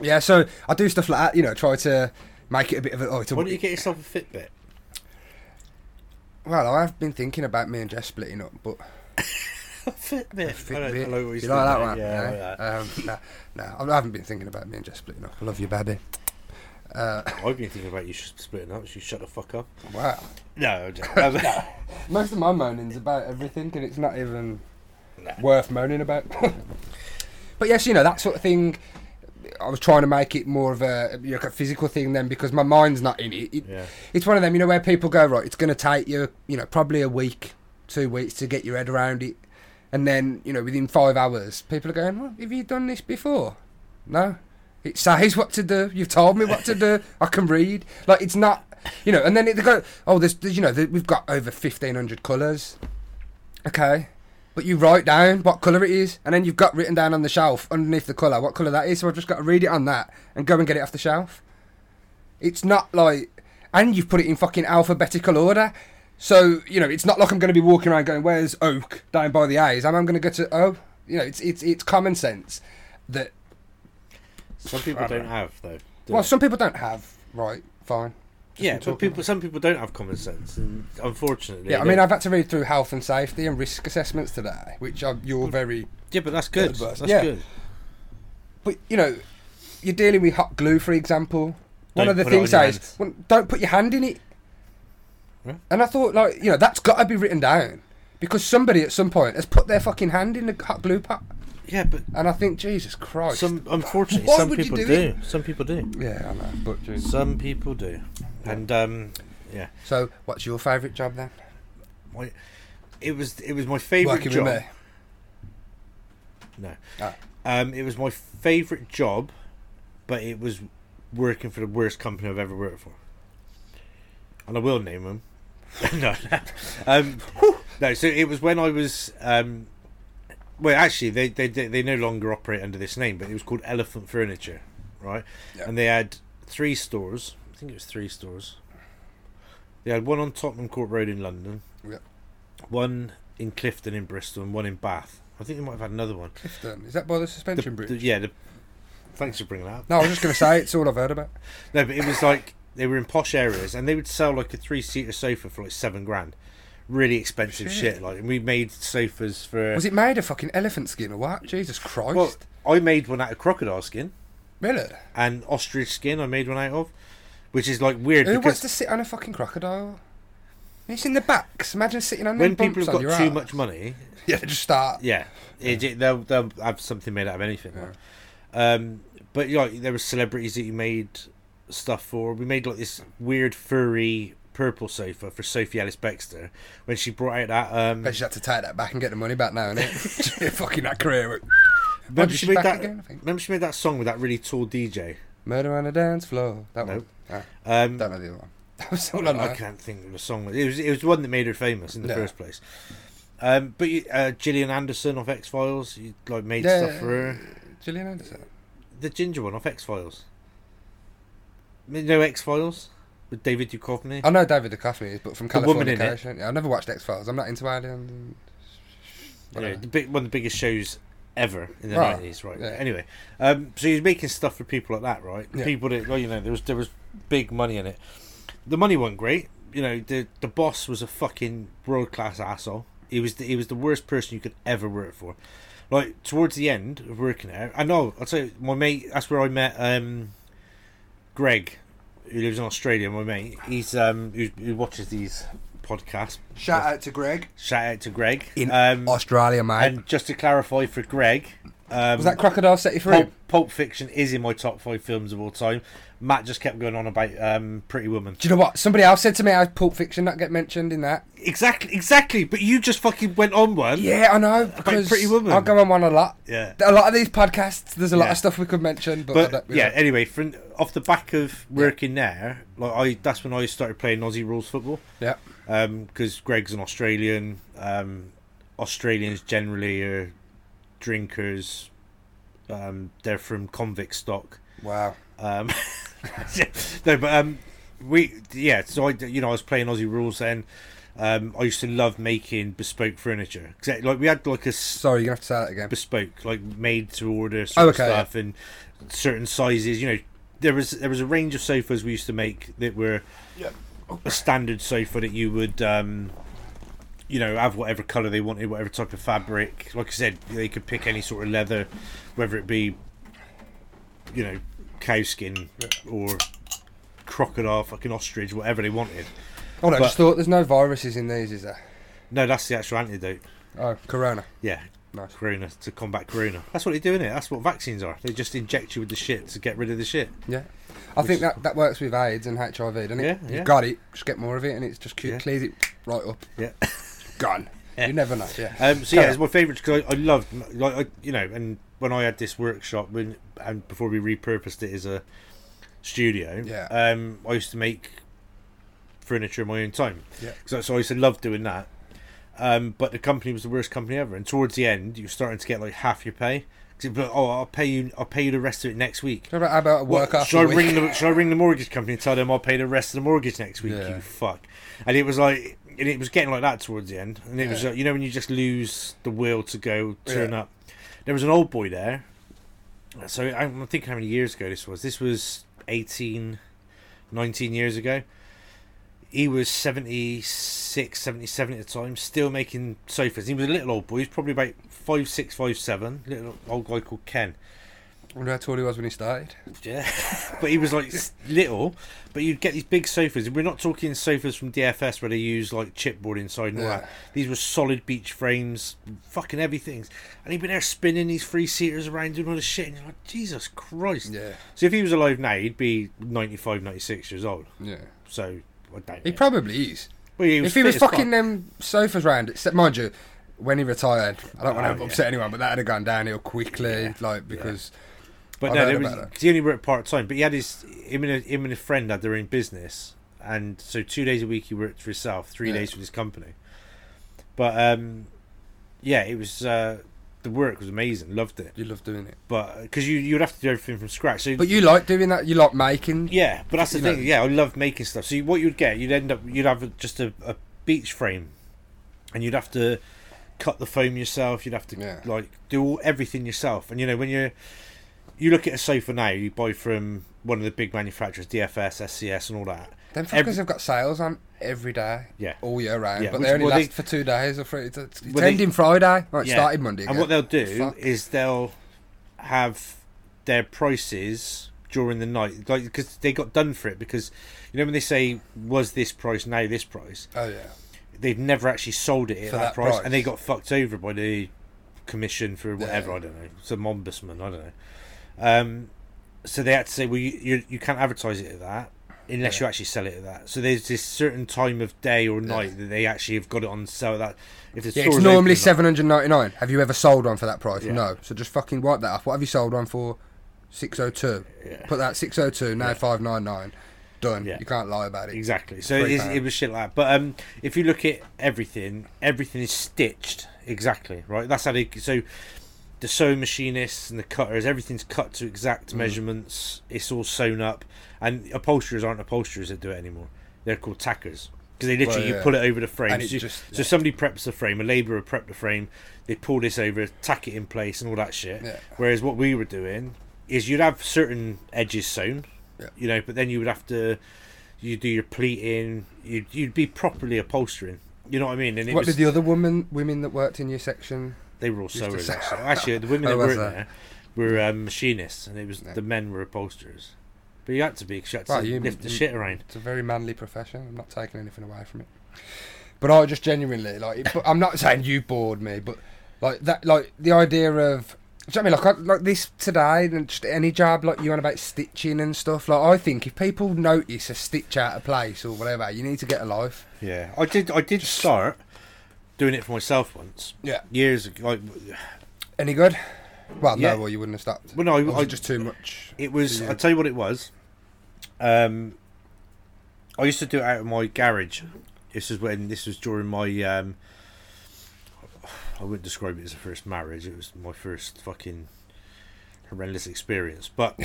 B: yeah. So I do stuff like that. You know, try to make it a bit of a. Oh, it's a
A: Why don't you get yourself a Fitbit?
B: well, I have been thinking about me and Jess splitting up, but
A: Fitbit. I don't-
B: Fitbit.
A: I like what he's
B: you like that
A: doing
B: one?
A: there. Yeah, I
B: no?
A: like that.
B: Um, no, no, I haven't been thinking about me and Jess splitting up. I love you, baby. Uh,
A: I've been thinking about you sh- splitting up. So you shut the fuck up.
B: wow.
A: No, I'm joking. Um,
B: Most of my moaning's about everything, and it's not even worth moaning about. but yes, you know that sort of thing. I was trying to make it more of a, you know, a physical thing then because my mind's not in it. It-
A: yeah.
B: It's one of them, you know, where people go right. It's going to take you, you know, probably a week, two weeks to get your head around it, and then you know within five hours, people are going, well, "Have you done this before?" No. It says what to do. You've told me what to do. I can read. Like it's not, you know. And then it they go, oh, there's, there's you know, there, we've got over fifteen hundred colours. Okay, but you write down what colour it is, and then you've got written down on the shelf underneath the colour what colour that is. So I've just got to read it on that and go and get it off the shelf. It's not like, and you've put it in fucking alphabetical order. So you know, it's not like I'm going to be walking around going, "Where's oak down by the A's?" I'm, I'm going to go to oh, you know, it's it's it's common sense that
A: Some people
B: I don't
A: don't have though. do
B: well,
A: they?
B: some people don't have right. Fine. Just
A: yeah,
B: been
A: but
B: talking
A: people. Some people don't have common sense, and unfortunately.
B: Yeah, I
A: they-
B: mean, I've had to read through health and safety and risk assessments today, which are, you're very.
A: yeah, but that's good.
B: Yeah, but-
A: That's
B: yeah.
A: good.
B: But you know, you're dealing with hot glue, for example. One
A: Don't
B: of the
A: put it
B: things
A: on your
B: is, well, don't put your hand in it.
A: Huh?
B: And I thought, like, you know, that's got to be written down because somebody at some point has put their fucking hand in the hot glue pot.
A: Yeah, but
B: And I think, Jesus Christ.
A: some unfortunately,
B: Oh, Why
A: some
B: would you
A: people
B: do
A: do.
B: it?
A: Some people do.
B: yeah, I know. But Jesus.
A: Some people do, and um, yeah,
B: so, what's your favourite job then?
A: my, it was it was my favorite
B: Working
A: job.
B: with me.
A: No,
B: Ah.
A: um, it was my favorite job, but it was working for the worst company I've ever worked for, and I will name them. no, um, no. So it was when I was. Um, well, actually, they, they they they no longer operate under this name, but it was called Elephant Furniture, right?
B: Yeah.
A: And they had three stores. I think it was three stores. They had one on Tottenham Court Road in London,
B: Yeah.
A: one in Clifton in Bristol, and one in Bath. I think they might have had another one.
B: Clifton. Is that by the
A: The-
B: suspension bridge?
A: the- yeah. The, thanks for bringing that up.
B: no, I was just going to say it's all I've heard about.
A: No, but it was like they were in posh areas, and they would sell like a three-seater sofa for like seven grand, really expensive
B: Shit.
A: shit. Like, and we made sofas for.
B: Was it made of fucking elephant skin or what? Jesus Christ.
A: well, I made one out of crocodile skin
B: really?
A: and ostrich skin. I made one out of, which is like weird
B: Who wants
A: because
B: to sit on a fucking crocodile? It's in the backs. Imagine sitting on
A: when
B: them
A: people
B: bumps
A: have
B: on
A: got too
B: your arse.
A: much money,
B: Yeah, they just start.
A: yeah, it- it- they'll they'll have something made out of anything. like. Um, but yeah, there were celebrities that you made stuff for. We made like this weird furry purple sofa for Sophie Ellis Bextor when she brought out that. Um,
B: Bet you had to take that back and get the money back now, innit? fucking that career. When
A: remember
B: did
A: she
B: she
A: made
B: back
A: that.
B: again, I think?
A: remember she made that song with that really tall DJ.
B: Murder on the dance floor. That
A: No.
B: one. Ah,
A: Um,
B: don't know the other one. That was all I know.
A: I can't think of the song. It was it was the one that made her famous in the
B: Yeah.
A: first place. Um, but you, uh, Gillian Anderson off X Files, you like made
B: Yeah,
A: stuff for her.
B: Gillian Anderson.
A: The ginger one off X Files. No X Files with David Duchovny.
B: I know David Duchovny is, but from
A: The woman
B: California
A: in it.
B: Cation. Yeah, I never watched X Files. I'm not into alien.
A: Yeah,
B: whatever.
A: the big, one of the biggest shows ever in the
B: Right,
A: nineties, right?
B: yeah.
A: Anyway, um, so he's making stuff for people like that, right?
B: Yeah.
A: People that, well, you know, there was there was big money in it. The money wasn't great, you know. The the boss was a fucking world class asshole. He was the, he was the worst person you could ever work for. Like towards the end of working there, I know. I'll tell you, my mate. That's where I met um, Greg, who lives in Australia. My mate, he's um, who, who watches these podcasts.
B: Shout out to Greg
A: Shout out to Greg
B: in
A: um,
B: Australia, mate.
A: and just to clarify for Greg, um,
B: was that crocodile set you free?
A: Pulp, Pulp Fiction is in my top five films of all time. Matt just kept going on about um, Pretty Woman.
B: Do you know what? Somebody else said to me, "How did Pulp Fiction not get mentioned in that?"
A: Exactly, exactly. But you just fucking went on one.
B: Yeah, I know because
A: Pretty Woman.
B: I go on one a lot.
A: Yeah.
B: A lot of these podcasts, there's a lot
A: Yeah.
B: of stuff we could mention, but, I
A: But
B: don't- we
A: yeah,
B: don't.
A: anyway, from, off the back of working there, like I, that's when I started playing Aussie rules football.
B: yeah,
A: because Greg's an Australian. Um, Australians generally are drinkers. Um, they're from convict stock.
B: wow,
A: Um, no, but um, we yeah. So I you know I was playing Aussie rules then. Um, I used to love making bespoke furniture. 'Cause, like we had like a s-
B: sorry, you're gonna have to say that again.
A: bespoke, like made to order
B: Oh,
A: sort
B: okay,
A: of
B: yeah.
A: stuff and certain sizes. You know, there was there was a range of sofas we used to make that were
B: Yeah.
A: a standard sofa that you would um, you know have whatever color they wanted, whatever type of fabric. Like I said, they could pick any sort of leather, whether it be you know cow skin or crocodile, fucking ostrich, whatever they wanted.
B: Oh no, I
A: But-
B: just thought there's no viruses in these, is there?
A: No, that's the actual antidote.
B: Oh, corona.
A: Yeah,
B: Nice.
A: corona to combat corona. That's what they're doing. It. That's what vaccines are. They just inject you with the shit to get rid of the shit.
B: Yeah. I
A: Which
B: think
A: is-
B: that, that works with AIDS and HIV, doesn't it?
A: Yeah,
B: you
A: yeah.
B: got it, just get more of it, and it's just cu-
A: Yeah.
B: clears it right up.
A: Yeah.
B: Gone.
A: Yeah.
B: You never know. Uh, Yeah.
A: Um, so yeah,
B: Carry
A: it's my favourite because I, I loved like I, you know, and when I had this workshop when and before we repurposed it as a studio,
B: Yeah.
A: um, I used to make furniture in my own time.
B: Yeah.
A: So, so I used to love doing that. Um, but the company was the worst company ever, and towards the end, you were starting to get like half your pay. 'Cause it'd be like, oh, I'll pay you, I'll pay you the rest of it next week.
B: How about, how about a work
A: Well,
B: after
A: should I
B: a week?
A: ring the Should I ring the mortgage company and tell them I'll pay the rest of the mortgage next week?
B: Yeah.
A: You fuck. And it was like, and it was getting like that towards the end. And it was,
B: Yeah.
A: uh, you know, when you just lose the will to go turn
B: Yeah.
A: up. There was an old boy there. So I'm thinking how many years ago this was. This was 18, 19 years ago. He was 76, 77 at the time, still making sofas. He was a little old boy. He was probably about five six, five seven. Little old guy called Ken.
B: wonder how tall he was when he started.
A: Yeah, but he was like s- little. But you'd get these big sofas. We're not talking sofas from DFS where they use like chipboard inside and all
B: Yeah.
A: that. These were solid beach frames, fucking heavy things. And he'd be there spinning these three seaters around doing all this shit. And you're like, Jesus Christ.
B: Yeah.
A: So if he was alive now, he'd be 95, 96 years old.
B: Yeah.
A: So I don't
B: He
A: know.
B: probably is.
A: Well,
B: if he
A: fit
B: was
A: as fuck.
B: fucking them sofas round, except mind you, when he retired, I don't
A: Oh,
B: want
A: yeah.
B: to upset anyone, but that'd have gone downhill quickly, like because
A: But
B: I've
A: no,
B: heard
A: there was,
B: about that.
A: he only worked part time. But he had his him and, a, him and a friend had their own business, and so two days a week he worked for himself, three
B: Yeah.
A: days for his company. But um, yeah, it was uh, the work was amazing, loved it.
B: you love doing it.
A: But because you you'd have to do everything from scratch, so
B: But you like doing that. You like making.
A: yeah, but that's the
B: You know-
A: thing. Yeah, I love making stuff. So you- what you'd get, you'd end up, you'd have a, just a, a beach frame, and you'd have to cut the foam yourself. You'd have to
B: Yeah.
A: like do all, everything yourself. And you know when you're you look at a sofa now, you buy from one of the big manufacturers, DFS, SCS, and all that.
B: Them fuckers
A: Every-
B: have got sales on every day,
A: Yeah.
B: all year round,
A: Yeah,
B: but
A: which-
B: they only
A: well, they-
B: last for two days or three. It's, it's
A: Well, they-
B: ending Friday. Right, it
A: Yeah.
B: started Monday.
A: And
B: again.
A: what they'll do
B: Fuck.
A: is they'll have their prices during the night, like because they got done for it. Because you know when they say was this price now this price,
B: Oh yeah,
A: they've never actually sold it at
B: For
A: that,
B: that
A: price,
B: price.
A: and they got fucked over by the commission for whatever
B: Yeah.
A: I don't know, some ombudsman I don't know. Um, so they had to say, well, you you, you can't advertise it at that unless
B: Yeah.
A: you actually sell it at that. So there's this certain time of day or night
B: Yeah.
A: that they actually have got it on sale. At that if the
B: yeah.
A: store's
B: It's
A: open
B: normally
A: or not-
B: seven hundred ninety nine. Have you ever sold one for that price?
A: Yeah.
B: No. So just fucking wipe that off. What have you sold one for? Six oh two.
A: Yeah.
B: Put that six oh two. Now five nine nine. Done.
A: Yeah.
B: You can't lie about it.
A: Exactly. So it,
B: Very
A: is,
B: bad.
A: it was shit like that. But um, if you look at everything, everything is stitched exactly right. That's how they. So the sewing machinists and the cutters, everything's cut to exact
B: Mm.
A: measurements. It's all sewn up, and upholsterers aren't upholsterers that do it anymore. They're called tackers because they literally
B: yeah.
A: you pull it over the frame.
B: And it
A: So, you-
B: just-
A: so somebody preps the frame, a labourer prepped the frame, they pull this over, tack it in place, and all that shit.
B: Yeah.
A: Whereas what we were doing is you'd have certain edges sewn,
B: Yeah.
A: you know, but then you would have to you do your pleating, you'd you'd be properly upholstering. You know what I mean? And it
B: What
A: was,
B: did the other woman women that worked in your section?
A: they were all sewers.
B: say-
A: Actually. actually, the women
B: Oh,
A: that were
B: was
A: in
B: that?
A: there were um, machinists, and it was
B: Yeah.
A: the men were upholsterers. But you had to be, 'cause you had to
B: Well, you-
A: lift the
B: you-
A: shit around.
B: It's a very manly profession. I'm not taking anything away from it. But I just genuinely like. It, but I'm not saying you bored me, but like that, like the idea of. Do you know what I mean? Like, I, like this today, and just any job, like you on about stitching and stuff. Like, I think if people notice a stitch out of place or whatever, you need to get a life.
A: Yeah, I did. I did start doing it for myself once
B: Yeah.
A: years ago. Like,
B: Any good? Well,
A: Yeah.
B: no, well, you wouldn't have stopped.
A: well, no,
B: Or was
A: I,
B: it
A: I
B: just too much.
A: It was.
B: Yeah.
A: I'll tell you what it was. Um, I used to do it out of my garage. This is when this was during my. Um, I wouldn't describe it as a first marriage. It was my first fucking horrendous experience. But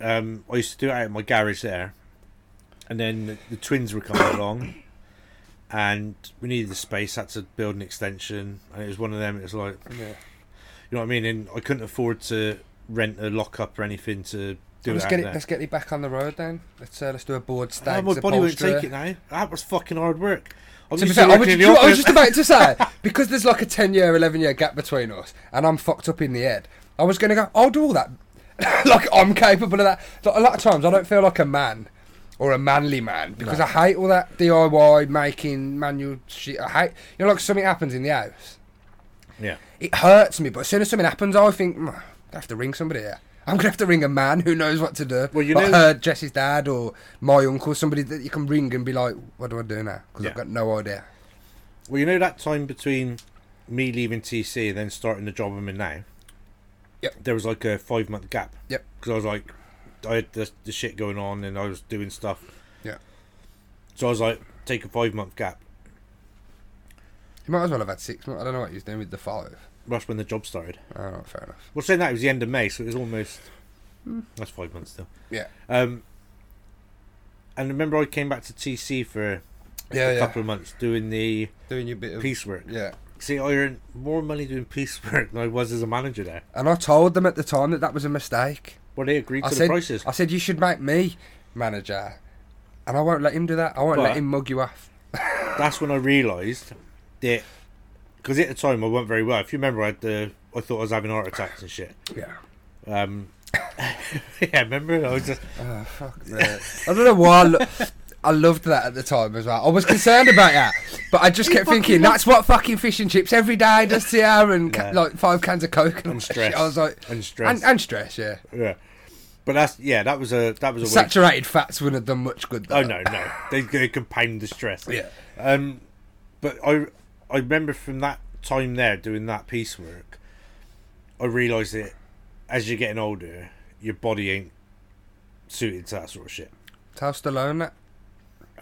A: um, I used to do it out of my garage there, and then the, the twins were coming along, and we needed the space. Had to build an extension, and it was one of them. It was like
B: Yeah.
A: you know what I mean? And I couldn't afford to rent a lockup or anything to do
B: let's
A: that.
B: get it.
A: now.
B: Let's get it back on the road then. Let's uh, let's do a board
A: Ah,
B: stag.
A: my body won't take it now. That was fucking hard work. I'm
B: To be
A: used to
B: fair, I was,
A: working in
B: you
A: the
B: know what I was
A: office.
B: just about to say because there's like a ten year, eleven year gap between us, and I'm fucked up in the head. I was going to go. I'll do all that. like I'm capable of that. Like, a lot of times I don't feel like a man or a manly man because I hate all that DIY making manual shit. I hate. You know, like something happens in the house,
A: yeah.
B: it hurts me. But as soon as something happens, I think "Mm, I have to ring somebody here. I'm gonna have to ring a man who knows what to do.
A: Well, you
B: like
A: know-
B: her, Jess's dad, or my uncle, somebody that you can ring and be like, "What do I do now?" Because
A: Yeah.
B: I've got no idea.
A: Well, you know that time between me leaving TC and then starting the job I'm in now.
B: Yep.
A: There was like a five month gap.
B: Yep.
A: Because I was like, I had the, the shit going on and I was doing stuff.
B: Yeah.
A: So I was like, take a five month gap.
B: You might as well have had six. months. I don't know what he's doing with the five.
A: That's when the job started.
B: Oh, right, fair enough.
A: Well, saying that it was the end of May, so it was almost that's five months still.
B: Yeah.
A: Um, and remember, I came back to TC for
B: Oh, Yeah,
A: a
B: yeah.
A: couple of months doing the
B: Doing your bit of
A: piecework.
B: yeah.
A: See, I earned more money doing piecework than I was as a manager there.
B: And I told them at the time that that was a mistake.
A: Well, they agreed to
B: I
A: the
B: said,
A: prices.
B: I said you should make me manager, and I won't let him do that. I won't
A: But-
B: let him mug you off.
A: That's when I realised that because at the time I went very well. If you remember, I had the I thought I was having heart attacks and shit.
B: Yeah.
A: Um, yeah, remember? I was just
B: Oh, fuck me. I don't know why. I, lo- I loved that at the time as well. I was concerned about that, but I just kept thinking that's what fucking fish and chips every day does to you, and ca-
A: Yeah.
B: like five cans of coke and, all
A: And
B: that shit.
A: stress.
B: I was like,
A: and stress.
B: and, and stress, yeah.
A: yeah. But that's yeah, that was a that was a wage-
B: Saturated fats wouldn't have done much good. Though.
A: Oh no, no, they, they compound the stress.
B: Yeah.
A: Um, but I I remember from that time there doing that piecework, I realised that as you're getting older, your body ain't suited to that sort of shit.
B: Tell Stallone that.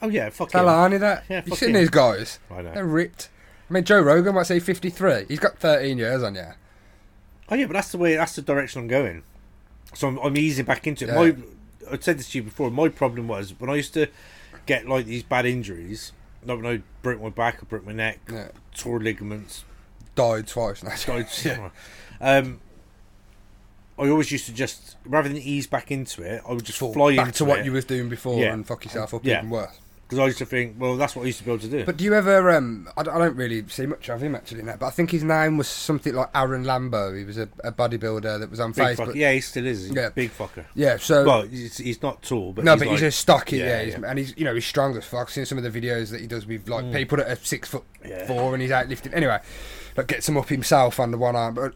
A: Oh yeah, fuck
B: Tell
A: yeah.
B: Arnie that.
A: Yeah,
B: you
A: fuck
B: seen
A: him.
B: these guys?
A: I know.
B: They're ripped. I mean, Joe Rogan might say 53. He's got 13 years on you.
A: Oh yeah, but that's the way. That's the direction I'm going. So I'm, I'm easing back into it.
B: Yeah.
A: My I said this to you before. My problem was when I used to get like these bad injuries. Like when I broke my back, I broke my neck,
B: Yeah.
A: tore ligaments,
B: Died twice. No,
A: I just- um, I always used to just rather than ease back into it, I would just
B: Fall
A: fly
B: back
A: into
B: to what
A: it
B: you was doing before
A: Yeah.
B: and fuck yourself up
A: Yeah.
B: even worse.
A: because I used to think, well, that's what I used to be able to do.
B: But do you ever? Um, I, don't, I don't really see much of him actually in that. But I think his name was something like Aaron Lambo. He was a, a bodybuilder that was on
A: big
B: Facebook.
A: fucker, yeah, he still is. He's
B: Yeah.
A: a big fucker.
B: Yeah, So
A: Well, he's, he's not tall, but
B: no,
A: he's
B: but he's
A: like-
B: a stocky. Yeah,
A: Yeah,
B: he's,
A: yeah. Mm.
B: and he's you know he's strong as fuck. I've seen some of the videos that he does with like people that are six foot
A: Yeah.
B: four and he's out lifting. Anyway, like gets him up himself under one arm. But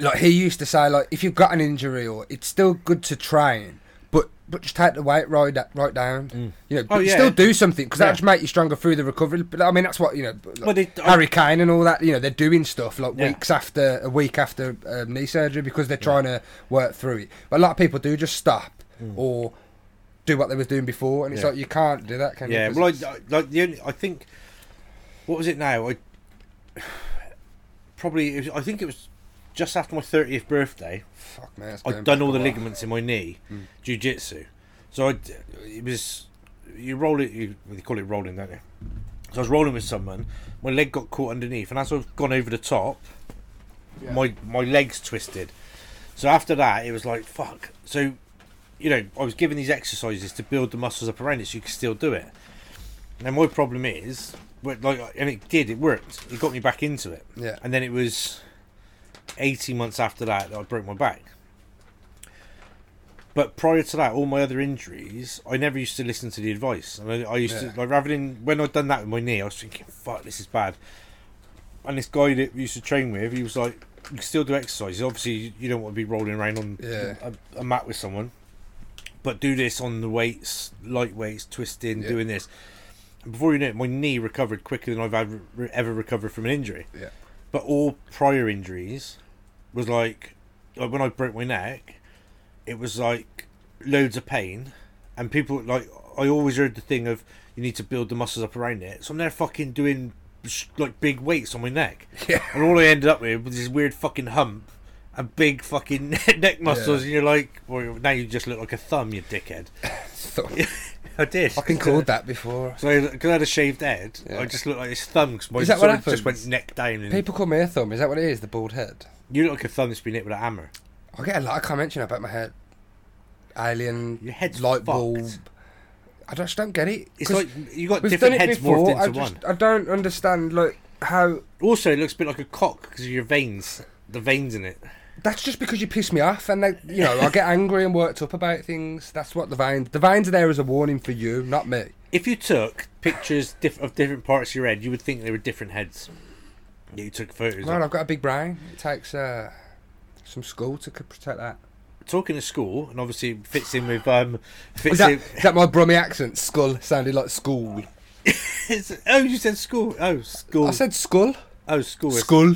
B: like he used to say, like if you've got an injury or it's still good to train. But, but just take the weight right, da- right down. You know,
A: Mm. Oh,
B: but you
A: yeah.
B: still do something because
A: Yeah.
B: that'll just make you stronger through the recovery. But I mean, that's what you know. Like,
A: Well, they-
B: Harry Kane and all that. You know, they're doing stuff like
A: Yeah.
B: weeks after a week after um, knee surgery because they're trying to work through it. But a lot of people do just stop or do what they were doing before, and it's
A: Hmm. Yeah.
B: like you can't do that. Can
A: yeah.
B: you? 'Cause
A: Well, I,
B: it's-
A: I- like the only I think what was it now? I probably it was, I think it was just after my thirtieth birthday.
B: fuck man, it's going
A: I'd done
B: back
A: all
B: a
A: the
B: while. Hmm.
A: ligaments in my knee, jujitsu. So I, d- it was you roll it. You, they call it rolling, don't they? So I was rolling with someone. My leg got caught underneath, and as I've gone over the top,
B: Yeah.
A: my my legs twisted. So after that, it was like fuck. So you know, I was given these exercises to build the muscles up around it, so you could still do it. Now my problem is, but like, and it did. It worked. It got me back into it.
B: Yeah.
A: And then it was eighteen months after that that I broke my back. But prior to that, all my other injuries, I never used to listen to the advice. And I, I used
B: Yeah.
A: to, like, rather than when I'd done that with my knee, I was thinking, fuck, this is bad. And this guy that we used to train with, he was like, you can still do exercises. Obviously, you- you don't want to be rolling around on
B: Yeah.
A: a, a mat with someone, but do this on the weights, light weights, twisting,
B: Yeah.
A: doing this. And before you know it, my knee recovered quicker than I've ever, ever recovered from an injury
B: Yeah.
A: but all prior injuries was like, like when I broke my neck, it was like loads of pain, and people like I always heard the thing of you need to build the muscles up around it. So I'm there fucking doing sh- like big weights on my neck,
B: Yeah.
A: and all I ended up with was this weird fucking hump and big fucking neck muscles,
B: Yeah.
A: and you're like, well, now you just look like a thumb, you dickhead.
B: So-
A: I did.
B: I've been called that before.
A: So because I had a shaved head,
B: Yeah.
A: I just looked like this thumb because my
B: Is that
A: sort
B: what
A: of just
B: happens?
A: went neck down. And
B: People call me a thumb. Is that what it is? The bald head.
A: You look like a thumb that's been hit with a hammer.
B: I get a lot of comments you know, about my head. alien
A: Your head's
B: light
A: fucked.
B: bulb. I just don't get it.
A: It's
B: 'Cause
A: like you got
B: we've
A: different
B: done it
A: heads
B: before.
A: morphed into
B: I
A: one.
B: just, I don't understand like how.
A: Also, it looks a bit like a cock because of your veins, the veins in it.
B: That's just because you piss me off, and they, you know I get angry and worked up about things. That's what the vines. The vines are there as a warning for you, not me.
A: If you took pictures diff- of different parts of your head, you would think they were different heads. that you took photos.
B: Well,
A: of.
B: I've got a big brain. It takes uh, some school to c- protect that.
A: Talking to school, and obviously it fits in with um. Fits
B: Is that,
A: in-
B: is that my Brummy accent? Skull sounded like school.
A: It's- oh, you said school. Oh, school.
B: I said skull.
A: oh, school.
B: Skull.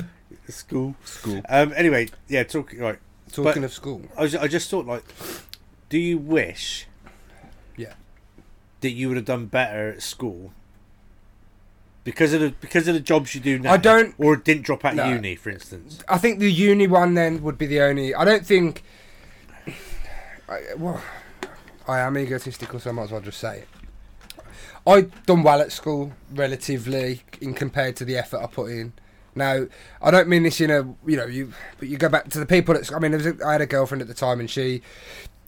A: School.
B: School.
A: Um. Anyway, yeah. Talking. Right.
B: Talking of school.
A: I, was, I just thought like, do you wish
B: Yeah.
A: that you would have done better at school because of the because of the jobs you do now?
B: I don't-
A: or didn't drop out of
B: No.
A: uni, for instance.
B: I think the uni one then would be the only. I don't think. I, well, I am egotistical, so I might as well just say it. I done well at school, relatively, in compared to the effort I put in. Now, I don't mean this in a you know you, but you go back to the people at school. I mean, there was a, I had a girlfriend at the time, and she,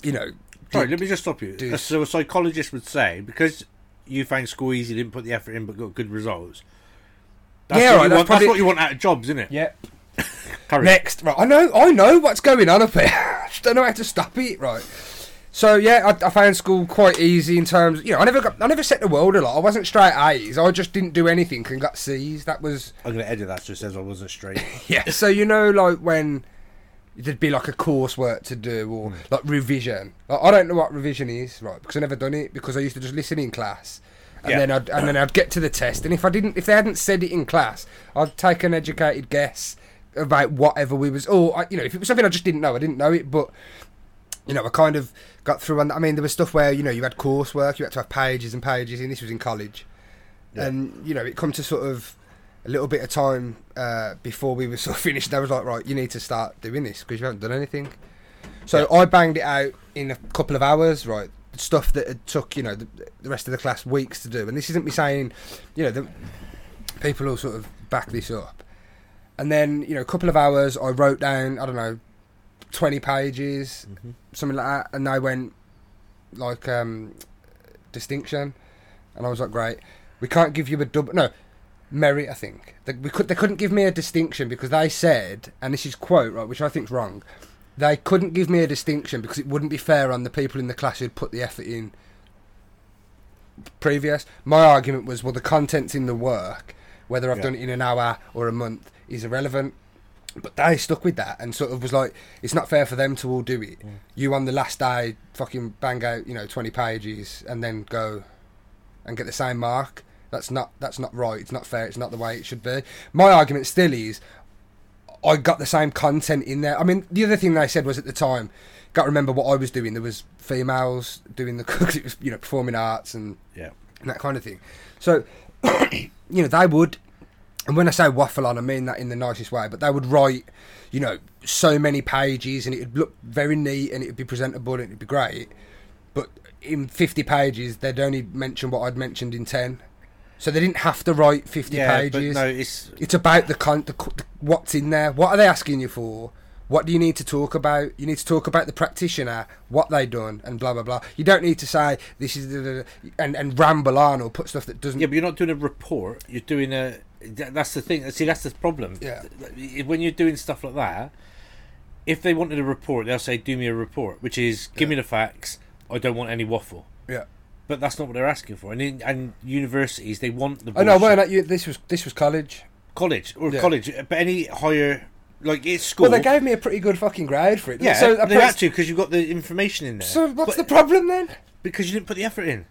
B: you know,
A: Sorry, let me just stop you.
B: Dude.
A: So a psychologist would say because you found school easy, didn't put the effort in, but got good results. That's
B: Yeah,
A: what
B: right,
A: you
B: that's
A: want,
B: probably-
A: that's what you want out of jobs, isn't it?
B: yeah,
A: Carry on.
B: Next, right? I know, I know what's going on up here. I just don't know how to stop it, right? So yeah, I, I found school quite easy in terms. You know, I never got, I never set the world a lot. I wasn't straight A's. I just didn't do anything and got C's. That was
A: I'm going to edit that just as I wasn't straight.
B: yeah. So you know, like when there'd be like a coursework to do or
A: Mm.
B: like revision. Like, I don't know what revision is, right? Because I never done it because I used to just listen in class. And
A: Yeah.
B: then I'd and then I'd get to the test, and if I didn't, if they hadn't said it in class, I'd take an educated guess about whatever we was. Or I, you know, if it was something I just didn't know, I didn't know it. But you know, I kind of got through. And I mean, there was stuff where you know you had coursework, you had to have pages and pages, and this was in college,
A: Yeah.
B: and you know it come to sort of a little bit of time uh, before we were sort of finished. I was like, right, you need to start doing this because you haven't done anything. So I banged it out in a couple of hours, right? Stuff that had took you know the, the rest of the class weeks to do, and this isn't me saying, you know, the people will sort of back this up. And then you know, a couple of hours, I wrote down I don't know, twenty pages,
A: Mhm.
B: something like that, and they went like um, distinction, and I was like, great, we can't give you a double no merit. I think they, we could they couldn't give me a distinction because they said, and this is quote right, which I think's wrong. They couldn't give me a distinction because it wouldn't be fair on the people in the class who'd put the effort in previous. My argument was, well, the content's in the work, whether I've
A: Yeah.
B: done it in an hour or a month is irrelevant. But they stuck with that and sort of was like, it's not fair for them to all do it. You on the last day fucking bang out, you know, twenty pages and then go and get the same mark. That's not that's not right. It's not fair. It's not the way it should be. My argument still is, I got the same content in there. I mean, the other thing they said was at the time, got to remember what I was doing. There was females doing the cooks. It was you know performing arts and
A: Yeah.
B: and that kind of thing. So, you know, they would, and when I say waffle on, I mean that in the nicest way, but they would write, you know, so many pages and it would look very neat and it would be presentable and it'd be great. But in 50 pages, they'd only mention what I'd mentioned in 10. So they didn't have to write 50
A: Yeah,
B: pages.
A: but no, it's
B: It's about the, con- the, co- the what's in there. What are they asking you for? What do you need to talk about? You need to talk about the practitioner, what they done, and blah blah blah. You don't need to say this is the, the, the, and and ramble on or put stuff that doesn't.
A: Yeah, but you're not doing a report. You're doing a. tha- That's the thing. See, that's the problem.
B: Yeah.
A: When you're doing stuff like that, if they wanted a report, they'll say, "Do me a report," which is, "Give me the facts. I don't want any waffle."
B: yeah.
A: But that's not what they're asking for. And in, and universities, they want the.
B: Oh no,
A: bullshit.
B: weren't at you? This was this was college.
A: college or
B: Yeah.
A: college, but any higher, like it's school.
B: Well, they gave me a pretty good fucking grade for it.
A: yeah,
B: So, I
A: they had
B: pressed-
A: to because you've got the information in there.
B: so what's
A: But-
B: the problem then?
A: Because you didn't put the effort in.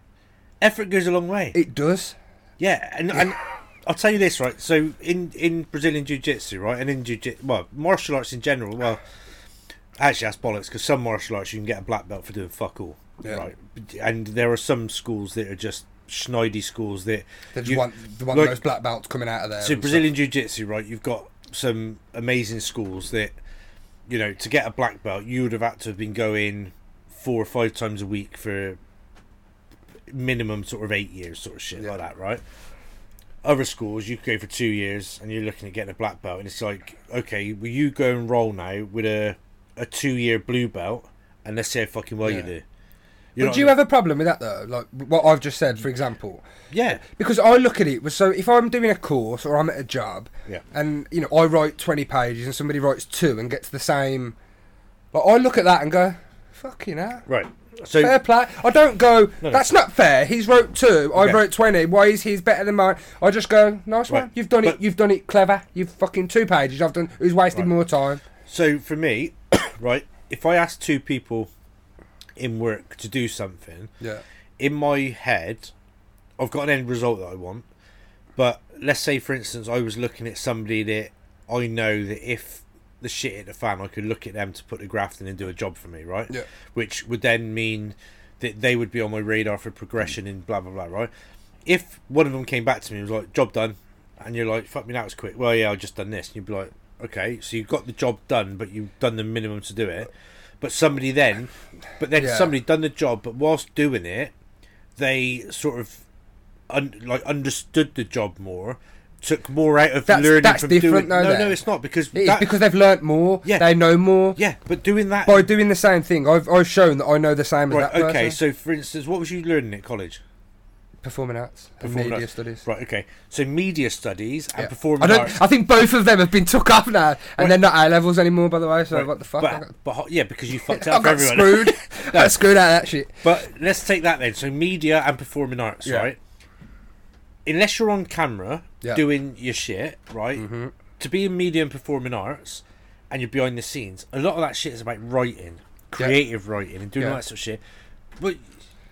A: Effort goes a long way.
B: It does.
A: Yeah, and, and I'll tell you this, right? So in in Brazilian jiu-jitsu, right, and in jiu-jitsu, well, martial arts in general, well, actually that's bollocks because some martial arts you can get a black belt for doing fuck all, right?
B: Yeah.
A: And there are some schools that are just schneidy schools that
B: They just
A: you-
B: want the one
A: look-
B: those black belts coming out of there.
A: so
B: and
A: Brazilian Jiu Jitsu, right? You've got some amazing schools that, you know, to get a black belt, you would have had to have been going four or five times a week for minimum sort of eight years, sort of shit
B: Yeah.
A: like that, right? Other schools, you could go for two years and you're looking at getting a black belt, and it's like, okay, will you go and roll now with a, a two year blue belt, and let's see how fucking well you
B: Yeah.
A: do. You know
B: do you
A: what
B: have a problem with that though? Like what I've just said, for example,
A: I mean? Yeah.
B: because I look at it was so if I'm doing a course or I'm at a job,
A: Yeah.
B: and you know I write twenty pages and somebody writes two and gets the same, but I look at that and go, fucking hell.
A: Right. So
B: Fair play. I don't go.
A: no.
B: That's not fair. He's wrote two. I
A: Okay.
B: wrote twenty. Why is his better than mine? I just go. Nice
A: Right.
B: one. You've done it.
A: But-
B: You've done it. Clever. You've fucking two pages. I've done. Who's wasted
A: Right.
B: more time?
A: So for me, right, if I ask two people in work to do something,
B: Yeah.
A: in my head, I've got an end result that I want. But let's say, for instance, I was looking at somebody that I know that if the shit hit the fan, I could look at them to put the graft in and do a job for me, right?
B: Yeah.
A: Which would then mean that they would be on my radar for progression and blah blah blah, right? If one of them came back to me and was like, "Job done," and you're like, "Fuck me, that was quick." Well, yeah, I just done this, and you'd be like, "Okay, so you've got the job done, but you've done the minimum to do it." But somebody then, but then
B: Yeah.
A: somebody done the job, but whilst doing it, they sort of un- like understood the job more, took more out of
B: That's-
A: learning
B: that's
A: from
B: different
A: doing.
B: though,
A: no,
B: then.
A: no, it's not because
B: It's
A: that,
B: because they've learnt more.
A: Yeah.
B: They know more.
A: yeah, but doing that
B: By doing the same thing, I've, I've shown that I know the same as
A: right.
B: that person.
A: Okay, so for instance, what was you learning at college?
B: performing arts, and
A: Performing
B: media
A: arts.
B: studies.
A: Right. Okay, so media studies and
B: Yeah.
A: performing
B: I don't.
A: arts.
B: I think both of them have been took up now, and
A: Right.
B: they're not A levels anymore. By the way, so
A: Right,
B: what the fuck? I
A: But,
B: got,
A: but ho- yeah, because you fucked
B: I
A: up for
B: got
A: everyone.
B: screwed. I got screwed out of that shit.
A: But let's take that then. So media and performing arts,
B: Yeah.
A: right? Unless you're on camera
B: Yeah. Mm-hmm.
A: doing your shit, right? To be in media and performing arts, and you're behind the scenes, a lot of that shit is about writing, creative writing, and doing all
B: Yeah.
A: that sort of shit. But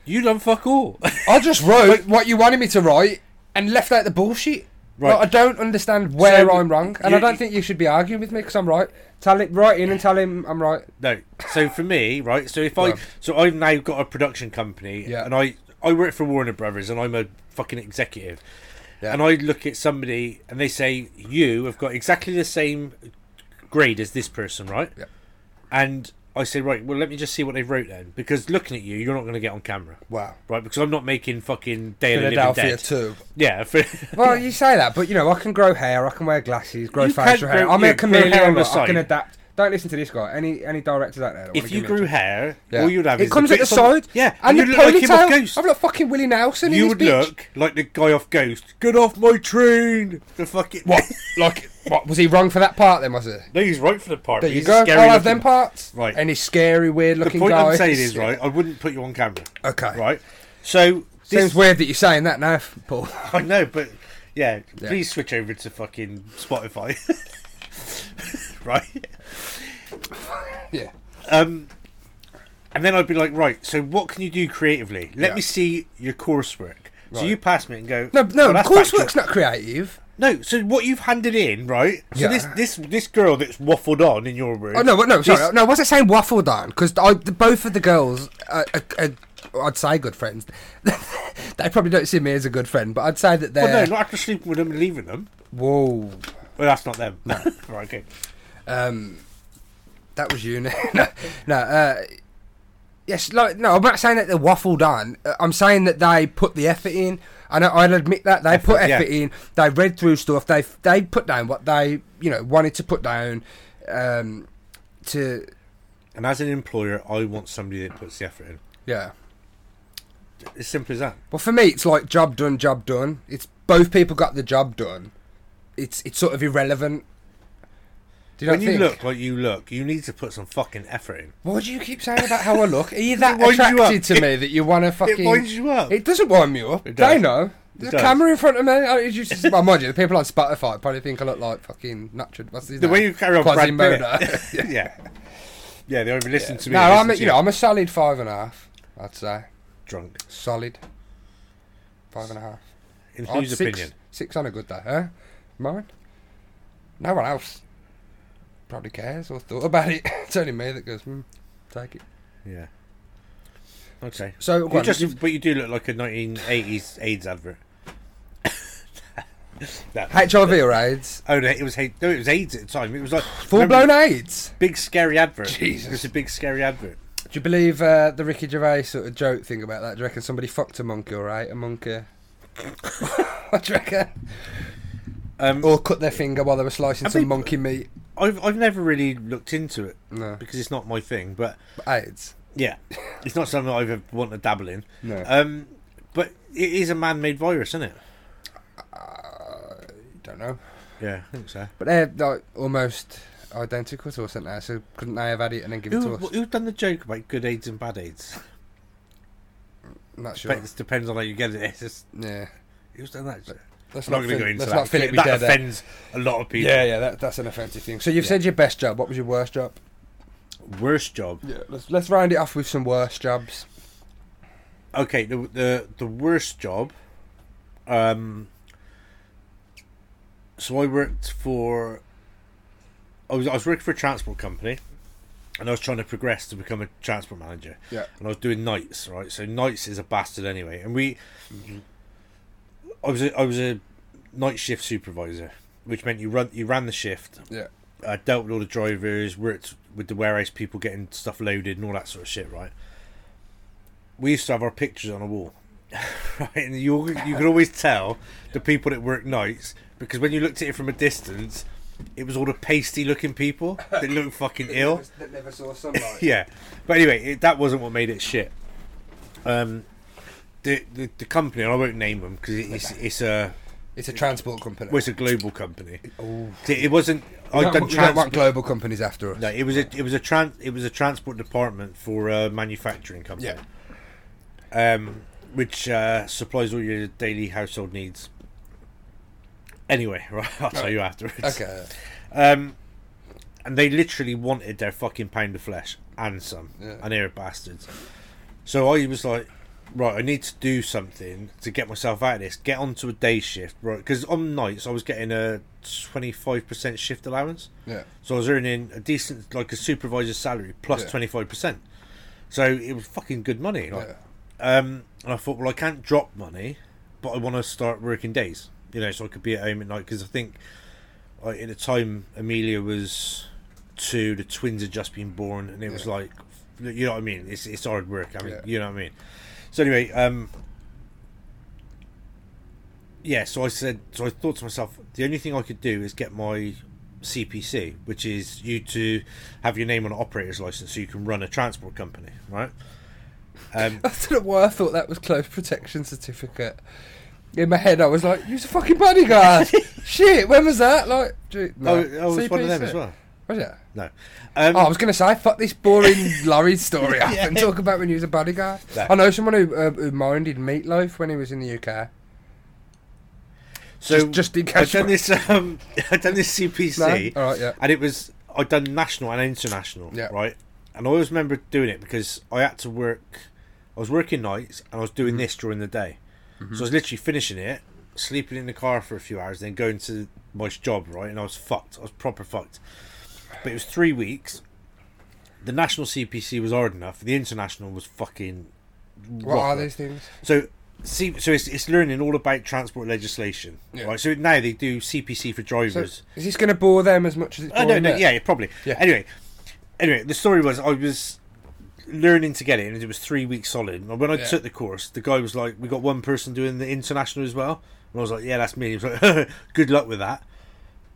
A: you done fuck all.
B: I just wrote what you wanted me to write and left out the bullshit.
A: Right.
B: Like, I don't understand where
A: So,
B: I'm wrong, and I
A: you-
B: don't think you should be arguing with me because I'm right. Tell it right in and tell him I'm right.
A: No. So for me, right? So if I
B: Right.
A: so I've now got a production company
B: Yeah.
A: and I I work for Warner Brothers and I'm a fucking executive.
B: Yeah.
A: And I look at somebody and they say you have got exactly the same grade as this person, right?
B: Yeah.
A: And I say, right, well let me just see what they wrote then because looking at you, you're not going to get on camera.
B: Wow.
A: Right? Because I'm not making fucking Day of the Living
B: Philadelphia
A: Dead.
B: too.
A: Yeah, for,
B: Well, you say that, but you know I can grow hair, I can wear glasses, grow
A: You can
B: facial hair.
A: grow-
B: I'm
A: yeah,
B: a
A: grow hair
B: chameleon.
A: on the
B: like, I can
A: side.
B: adapt. Don't listen to this guy. Any any directors out there? that wanna
A: if you
B: give me a
A: grew
B: job?
A: hair,
B: Yeah.
A: all you'd have
B: it
A: is
B: comes at the
A: bits on
B: side,
A: yeah,
B: and the
A: you'd look like him off
B: ponytail.
A: Ghost.
B: I'm like fucking Willie Nelson.
A: you
B: in
A: would
B: this bitch.
A: look like the guy off Ghost. Get off my train! The fucking
B: What? Like what? Was he wrong for that part then? Was it?
A: No, he's right for the part.
B: There
A: but
B: you
A: he's
B: go.
A: a
B: I'll
A: scary
B: have them
A: looking-
B: parts.
A: Right.
B: Any scary, weird
A: The
B: looking
A: point
B: guys.
A: I'm saying is right. I wouldn't put you on camera.
B: Okay.
A: Right. So
B: Seems
A: this,
B: weird that you're saying that now, Paul.
A: I know, but yeah,
B: Yeah.
A: please switch over to fucking Spotify. right.
B: yeah.
A: Um, and then I'd be like, right. So what can you do creatively? Let
B: Yeah.
A: me see your coursework. So
B: Right.
A: you pass me and go.
B: No, no.
A: "Well, that's
B: coursework's not creative.
A: No, so what you've handed in, right? So
B: Yeah.
A: this this this girl that's waffled on in your room.
B: Oh no, what- no, sorry,
A: This-
B: no. I wasn't saying waffle down because both of the girls, are, are, are, I'd say good friends. they probably don't see me as a good friend, but I'd say that they're.
A: Well, no, not after sleeping with them and leaving them.
B: Whoa,
A: Well, that's not them. right, okay.
B: um, that was you. no, no. Uh, yes, like no. I'm not saying that they're waffle down. I'm saying that they put the effort in, and I, I'll admit that they put
A: Effort, yeah.
B: effort in. They read through stuff. They they put down what they you know wanted to put down. Um, to
A: And as an employer, I want somebody that puts the effort in.
B: yeah.
A: It's simple as that.
B: Well, for me, it's like job done, job done. It's both people got the job done. It's it's sort of irrelevant. Do you not
A: when you
B: think?
A: look like you look, you need to put some fucking effort in.
B: What do you keep saying about how I look? Are you that
A: winds you
B: attracted
A: up.
B: to me that you want to
A: It
B: fucking?
A: winds you up.
B: It doesn't wind me up.
A: It
B: They
A: does.
B: know. There's a
A: does.
B: camera in front of me. I, it's just, well, mind you, the people on Spotify probably think I look like fucking Nacho. What's his
A: the
B: name?
A: way you carry on, Brad
B: Quasimodo.
A: Pitt. yeah. yeah, They don't even listen to me.
B: no,
A: they
B: I'm a,
A: listen to
B: you know I'm a solid five and a half. I'd say
A: drunk.
B: solid five and a half.
A: In
B: I'd
A: whose
B: six,
A: opinion?
B: Six on a good day, huh? Mine? No one else probably cares or thought about it. it's only me that goes, hmm, take it.
A: Yeah. Okay.
B: So, go
A: You
B: on.
A: just, but you do look like a 1980s AIDS advert. no.
B: HIV or AIDS?
A: Oh, no, it was hate- no, it was AIDS at the time. It was like
B: Full
A: remember
B: blown AIDS?
A: big scary advert.
B: Jesus.
A: it was a big scary advert.
B: Do you believe uh, the Ricky Gervais sort of joke thing about that? Do you reckon somebody fucked a monkey or ate a monkey? what do you reckon?
A: Um,
B: Or cut their finger while they were slicing
A: Have
B: some
A: they-
B: monkey meat?
A: I've I've never really looked into it
B: No.
A: because it's not my thing, but
B: AIDS.
A: Yeah, it's not something I've ever want to dabble in.
B: No.
A: Um, but it is a man-made virus, isn't it?
B: Uh, Don't know.
A: Yeah, I think so.
B: But they're like almost identical to us, aren't they? So couldn't they have had it and then give it
A: Who,
B: to us?
A: who done the joke about good AIDS and bad AIDS?
B: I'm not sure.
A: But It depends on how you get it. It's just,
B: Yeah.
A: who's done that? joke?
B: Let's
A: I'm not going to
B: fin-
A: go into
B: let's
A: that.
B: not fill it with
A: that
B: dead eh? air.
A: offends a lot of people.
B: Yeah, yeah, that, that's an offensive thing. So you've
A: Yeah.
B: said your best job. What was your worst job?
A: Worst job.
B: Yeah, let's let's round it off with some worst jobs.
A: Okay, the the the worst job. Um. So I worked for. I was I was working for a transport company, and I was trying to progress to become a transport manager.
B: Yeah.
A: and I was doing nights, right? So nights is a bastard anyway. And we, I was a, I was a night shift supervisor, which meant you run you ran the shift.
B: Yeah.
A: I dealt with all the drivers, worked with the warehouse people getting stuff loaded and all that sort of shit, right? We used to have our pictures on a wall, right? And you you could always tell the people that work nights because when you looked at it from a distance, it was all the pasty looking people that looked fucking ill
B: That never saw sunlight.
A: yeah. But anyway, it, that wasn't what made it shit. Um, the the, the company, and I won't name them because it's it's a
B: It's a transport company.
A: well, it's a global company.
B: Ooh.
A: It, it wasn't.
B: We
A: I
B: don't,
A: done
B: we don't
A: trans-
B: want global companies after us.
A: No, it was a it was a trans it was a transport department for a manufacturing company. Um, which uh, supplies all your daily household needs. Anyway, right, I'll tell you afterwards.
B: Okay.
A: Um, and they literally wanted their fucking pound of flesh and some,
B: Yeah.
A: and they're bastards. So I was like, right, I need to do something to get myself out of this. Get onto a day shift, right? Because on nights I was getting a twenty-five percent shift allowance,
B: Yeah.
A: so I was earning a decent, like a supervisor's salary plus
B: Yeah.
A: twenty-five percent. So it was fucking good money. Like,
B: Yeah.
A: um, and I thought, well, I can't drop money, but I want to start working days, you know, so I could be at home at night. Because I think like, at the time, Amelia was two, the twins had just been born, and it was
B: Yeah.
A: like, you know what I mean? It's, it's hard work. I mean,
B: Yeah.
A: you know what I mean? So, anyway, um, yeah, so I said, so I thought to myself, the only thing I could do is get my CPC, which is you to have your name on an operator's license so you can run a transport company, right? Um,
B: I don't know why I thought that was close protection certificate. In my head, I was like, "You're a fucking bodyguard." Shit, when was that? Like, do- no.
A: Oh, oh, it's one of them
B: CPC.
A: as well.
B: Was it?
A: No. Um,
B: Oh, I was going to say, fuck this boring lorry story up and talk about when he was a bodyguard.
A: No.
B: I know someone who, uh, who minded meatloaf when he was in the UK.
A: so
B: just- just in case
A: I done
B: you-
A: this. Um, I done this CPC,
B: No? All right, yeah.
A: and it was I done national and international,
B: Yeah.
A: right? And I always remember doing it because I had to work. I was working nights and I was
B: Mm-hmm.
A: doing this during the day, so I was literally finishing it, sleeping in the car for a few hours, then going to my job, right? And I was fucked. I was proper fucked. But it was three weeks. The national CPC was hard enough. The international was fucking.
B: What are
A: rougher.
B: these things?
A: So, see, so it's, it's learning all about transport legislation,
B: Yeah.
A: right? So now they do CPC for
B: So,
A: drivers.
B: is this going to bore them as much as it's
A: Oh
B: boring
A: no, no,
B: me?
A: yeah, yeah, probably.
B: Yeah.
A: Anyway, anyway, the story was I was learning to get it, and it was three weeks solid. And when I
B: Yeah.
A: took the course, the guy was like, "We got one person doing the international as well," and I was like, "Yeah, that's me." He was like, "Good luck with that."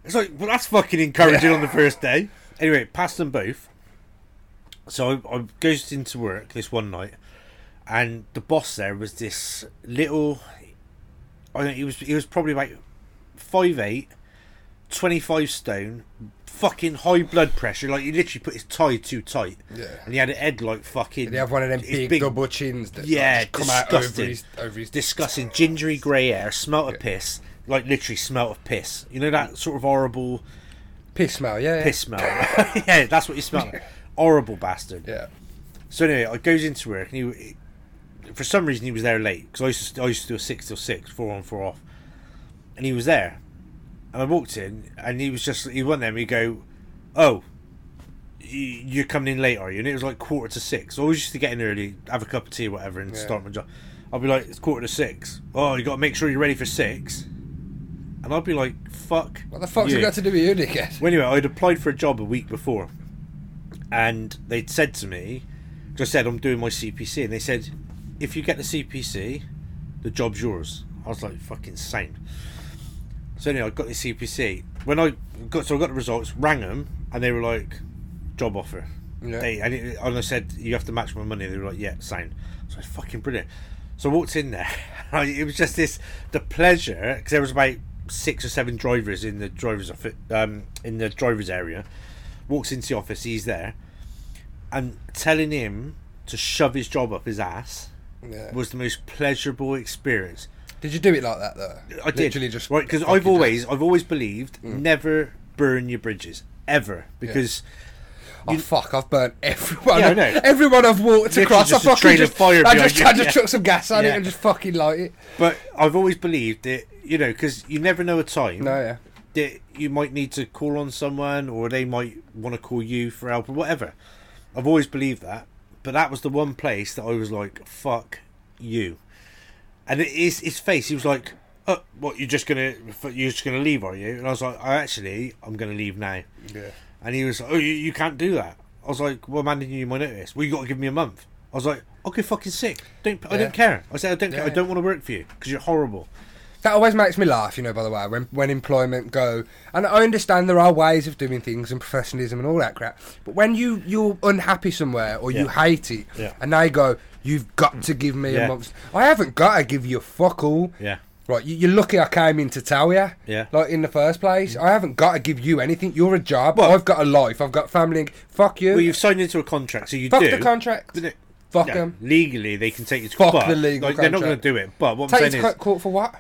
A: It's like, well, that's fucking encouraging on the first day. Anyway, passed them both. So I, I goes into work this one night, and the boss there was this little. I don't. He was. He was probably about five eight. 25 stone, fucking high blood pressure. Like, he literally put his tie too tight.
B: Yeah.
A: And he had a head like fucking.
B: They have one of them
A: his
B: big, double chins that like,
A: Yeah,
B: just come out over
A: disgusting.
B: his, over his
A: Disgusting gingery grey hair, smelt of piss. Like, literally smelt of piss. You know that sort of horrible
B: piss smell. Yeah, yeah.
A: piss smell? yeah, that's what you smell. like. Horrible bastard.
B: Yeah,
A: So anyway, I goes into work, and he, he- for some reason, he was there late because I used to I used to do a six till six, four on, four off, and he was there, and I walked in, and he was just he went there, and he go, oh. y- You're coming in late, are you? And it was like quarter to six. I always used to get in early, have a cup of tea or whatever, and
B: Yeah.
A: start my job. I'd be like, it's quarter to six. Oh, you got to make sure you're ready for six. And I'd be like, fuck.
B: what the fuck's
A: you.
B: it got to do with you, dickhead?
A: Well, anyway, I'd applied for a job a week before, and they'd said to me, "Just said I'm doing my CPC," and they said, "If you get the CPC, the job's yours." I was like, "Fucking sane." So anyway, I got the CPC. When I got so I got the results, rang them, and they were like, "Job offer."
B: Yeah.
A: They and, it, and I said you have to match my money. They were like, yeah, sound. So it's fucking brilliant. So I walked in there. and it was just this the pleasure because there was about six or seven drivers in the drivers office, um, in the drivers area. Walks into the office. He's there, and telling him to shove his job up his ass
B: yeah.
A: was the most pleasurable experience.
B: Did you do it like that though?
A: I did.
B: Literally just Mm.
A: right because
B: fucking
A: I've always I've always believed never burn your bridges ever because.
B: Oh fuck! I've burnt everyone.
A: Yeah, I know.
B: Everyone I've walked
A: Literally
B: across. I
A: just a
B: fucking
A: trail of
B: just,
A: fire
B: I
A: behind
B: just,
A: you.
B: I just
A: Yeah.
B: chuck some gas on
A: Yeah.
B: it and just fucking light it.
A: But I've always believed that you know because you never know a time
B: No, yeah,
A: that you might need to call on someone or they might want to call you for help or whatever. I've always believed that, but that was the one place that I was like, "Fuck you," and it is his face. He was like, "Oh, what? You're just gonna you're just gonna leave, are you?" And I was like, "I actually I'm gonna leave now."
B: yeah.
A: And he was like, "Oh, you, you can't do that." I was like, "Well, man, did you my notice? Well, you got to give me a month." I was like, "I'll get fucking sick. Don't I
B: Yeah.
A: don't care." I said, "I don't care. I
B: Yeah.
A: don't want to work for you because you're horrible."
B: That always makes me laugh, you know. By the way, when when employment go, and I understand there are ways of doing things and professionalism and all that crap. But when you you're unhappy somewhere or you
A: Yeah.
B: hate it,
A: Yeah.
B: and they go, "You've got to give me a
A: Yeah.
B: month," I haven't got to give you a fuck all.
A: Yeah,
B: Right, you- you're lucky I came in to tell you.
A: Yeah. Mm.
B: Like in the first place, I haven't got to give you anything. You're a job.
A: Well-
B: I've got a life. I've got family. Fuck you.
A: well, you've signed into a contract, so you
B: Fuck
A: do.
B: the contract.
A: But it-
B: Fuck
A: yeah,
B: them.
A: legally, they can take you to
B: Fuck
A: but,
B: the legal
A: like, They're not going
B: contract.
A: to do it. But what I'm
B: Take it
A: saying
B: to
A: is,
B: co- court for what?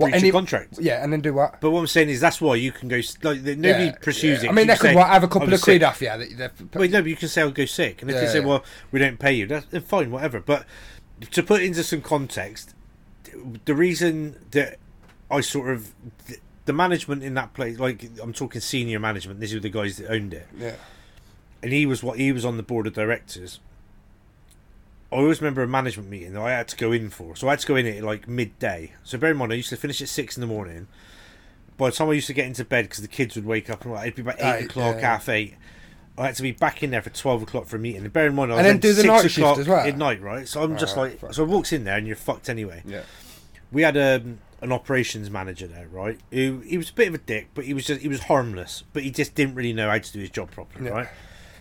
A: breach of
B: any-
A: contract.
B: Yeah, and then do what?
A: But what I'm saying is, that's why you can go. s- Like the- nobody
B: Yeah,
A: pursues
B: yeah.
A: it.
B: I mean,
A: You
B: they could
A: say,
B: what, have a
A: "I
B: couple
A: was
B: of quid
A: sick."
B: off you. that- that-
A: Well, no, but you can say I'll go sick, and if
B: Yeah,
A: they say,
B: yeah.
A: "Well, we don't pay you," that's then fine, whatever. But to put into some context, the reason that I sort of the management in that place, like I'm talking senior management, these are the guys that owned it,
B: Yeah.
A: and he was what he was on the board of directors. I always remember a management meeting that I had to go in for, so I had to go in at like midday. So bear in mind, I used to finish at six in the morning. By the time I used to get into bed, because the kids would wake up and all that, it'd be about eight
B: Right,
A: o'clock,
B: yeah.
A: half eight. I had to be back in there for twelve o'clock for a meeting. And bear in mind, I was
B: And then
A: in
B: do the
A: six
B: night shift
A: o'clock
B: as well.
A: at night, right? So I'm just
B: Ah,
A: like,
B: fuck.
A: so I walks in there and you're fucked anyway.
B: Yeah.
A: We had um, an operations manager there, right? Who he was a bit of a dick, but he was just he was harmless, but he just didn't really know how to do his job properly,
B: Yeah.
A: right?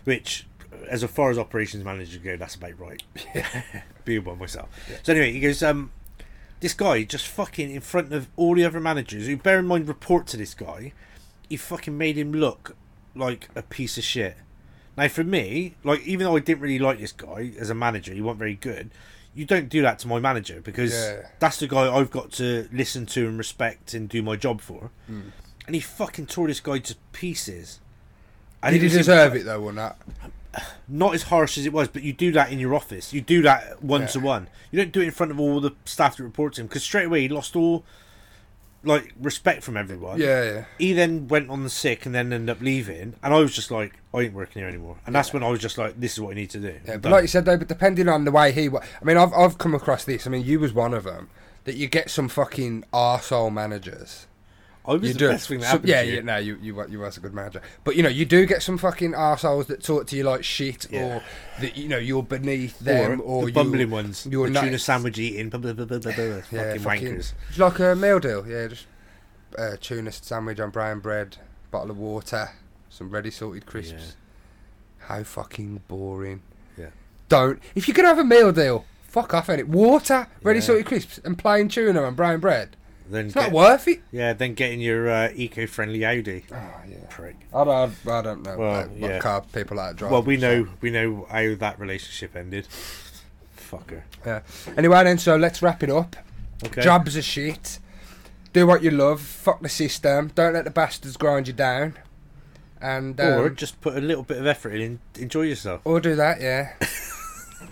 A: Which, as far as operations managers go, that's about right. Be one myself. So anyway, he goes, um, this guy just fucking in front of all the other managers who, bear in mind, report to this guy. He fucking made him look like a piece of shit. Now, for me, like even though I didn't really like this guy as a manager, he wasn't very good. You don't do that to my manager because
B: Yeah.
A: that's the guy I've got to listen to and respect and do my job for.
B: Hmm.
A: And he fucking tore this guy to pieces. And
B: Did he
A: was in-
B: deserve it though or not?
A: not as harsh as it was, but you do that in your office. You do that one to
B: Yeah.
A: one. You don't do it in front of all the staff that report to him because straight away he lost all like respect from everyone.
B: Yeah, yeah.
A: He then went on the sick and then ended up leaving, and I was just like, I ain't working here anymore. And that's when I was just like, this is what I need to do.
B: Yeah, but
A: Done.
B: like you said, though, but depending on the way he, wa- I mean, I've I've come across this. I mean, you was one of them that you get some fucking arsehole managers.
A: I was
B: You
A: the
B: do.
A: best thing that
B: So-
A: happened
B: yeah,
A: to you.
B: yeah, no, you, you wa- you was a good manager, but you know you do get some fucking arseholes that talk to you like shit,
A: Yeah.
B: or that you know you're beneath them, or,
A: the
B: you,
A: bumbling ones,
B: you're
A: the
B: not-
A: tuna sandwich eating, blah, blah, blah, blah, blah, blah,
B: yeah,
A: fucking wankers.
B: It's like a meal deal, yeah, just uh, tuna sandwich on brown bread, bottle of water, some ready salted crisps. How fucking boring!
A: Yeah.
B: Don't if you can have a meal deal, fuck off it. Water, ready
A: Yeah.
B: salted crisps, and plain tuna and brown bread.
A: Then
B: It's not
A: get-
B: worth it.
A: yeah, then getting your uh, eco-friendly Audi.
B: Oh, yeah.
A: Prick.
B: I don't, I don't know
A: Well,
B: about what
A: yeah.
B: car people like driving.
A: Well, we know we know how that relationship ended. Fucker.
B: Yeah. Anyway, then, so let's wrap it up.
A: Okay.
B: Jobs are shit. Do what you love. Fuck the system. Don't let the bastards grind you down. And um,
A: or
B: or,
A: just put a little bit of effort in and enjoy yourself.
B: do that, yeah.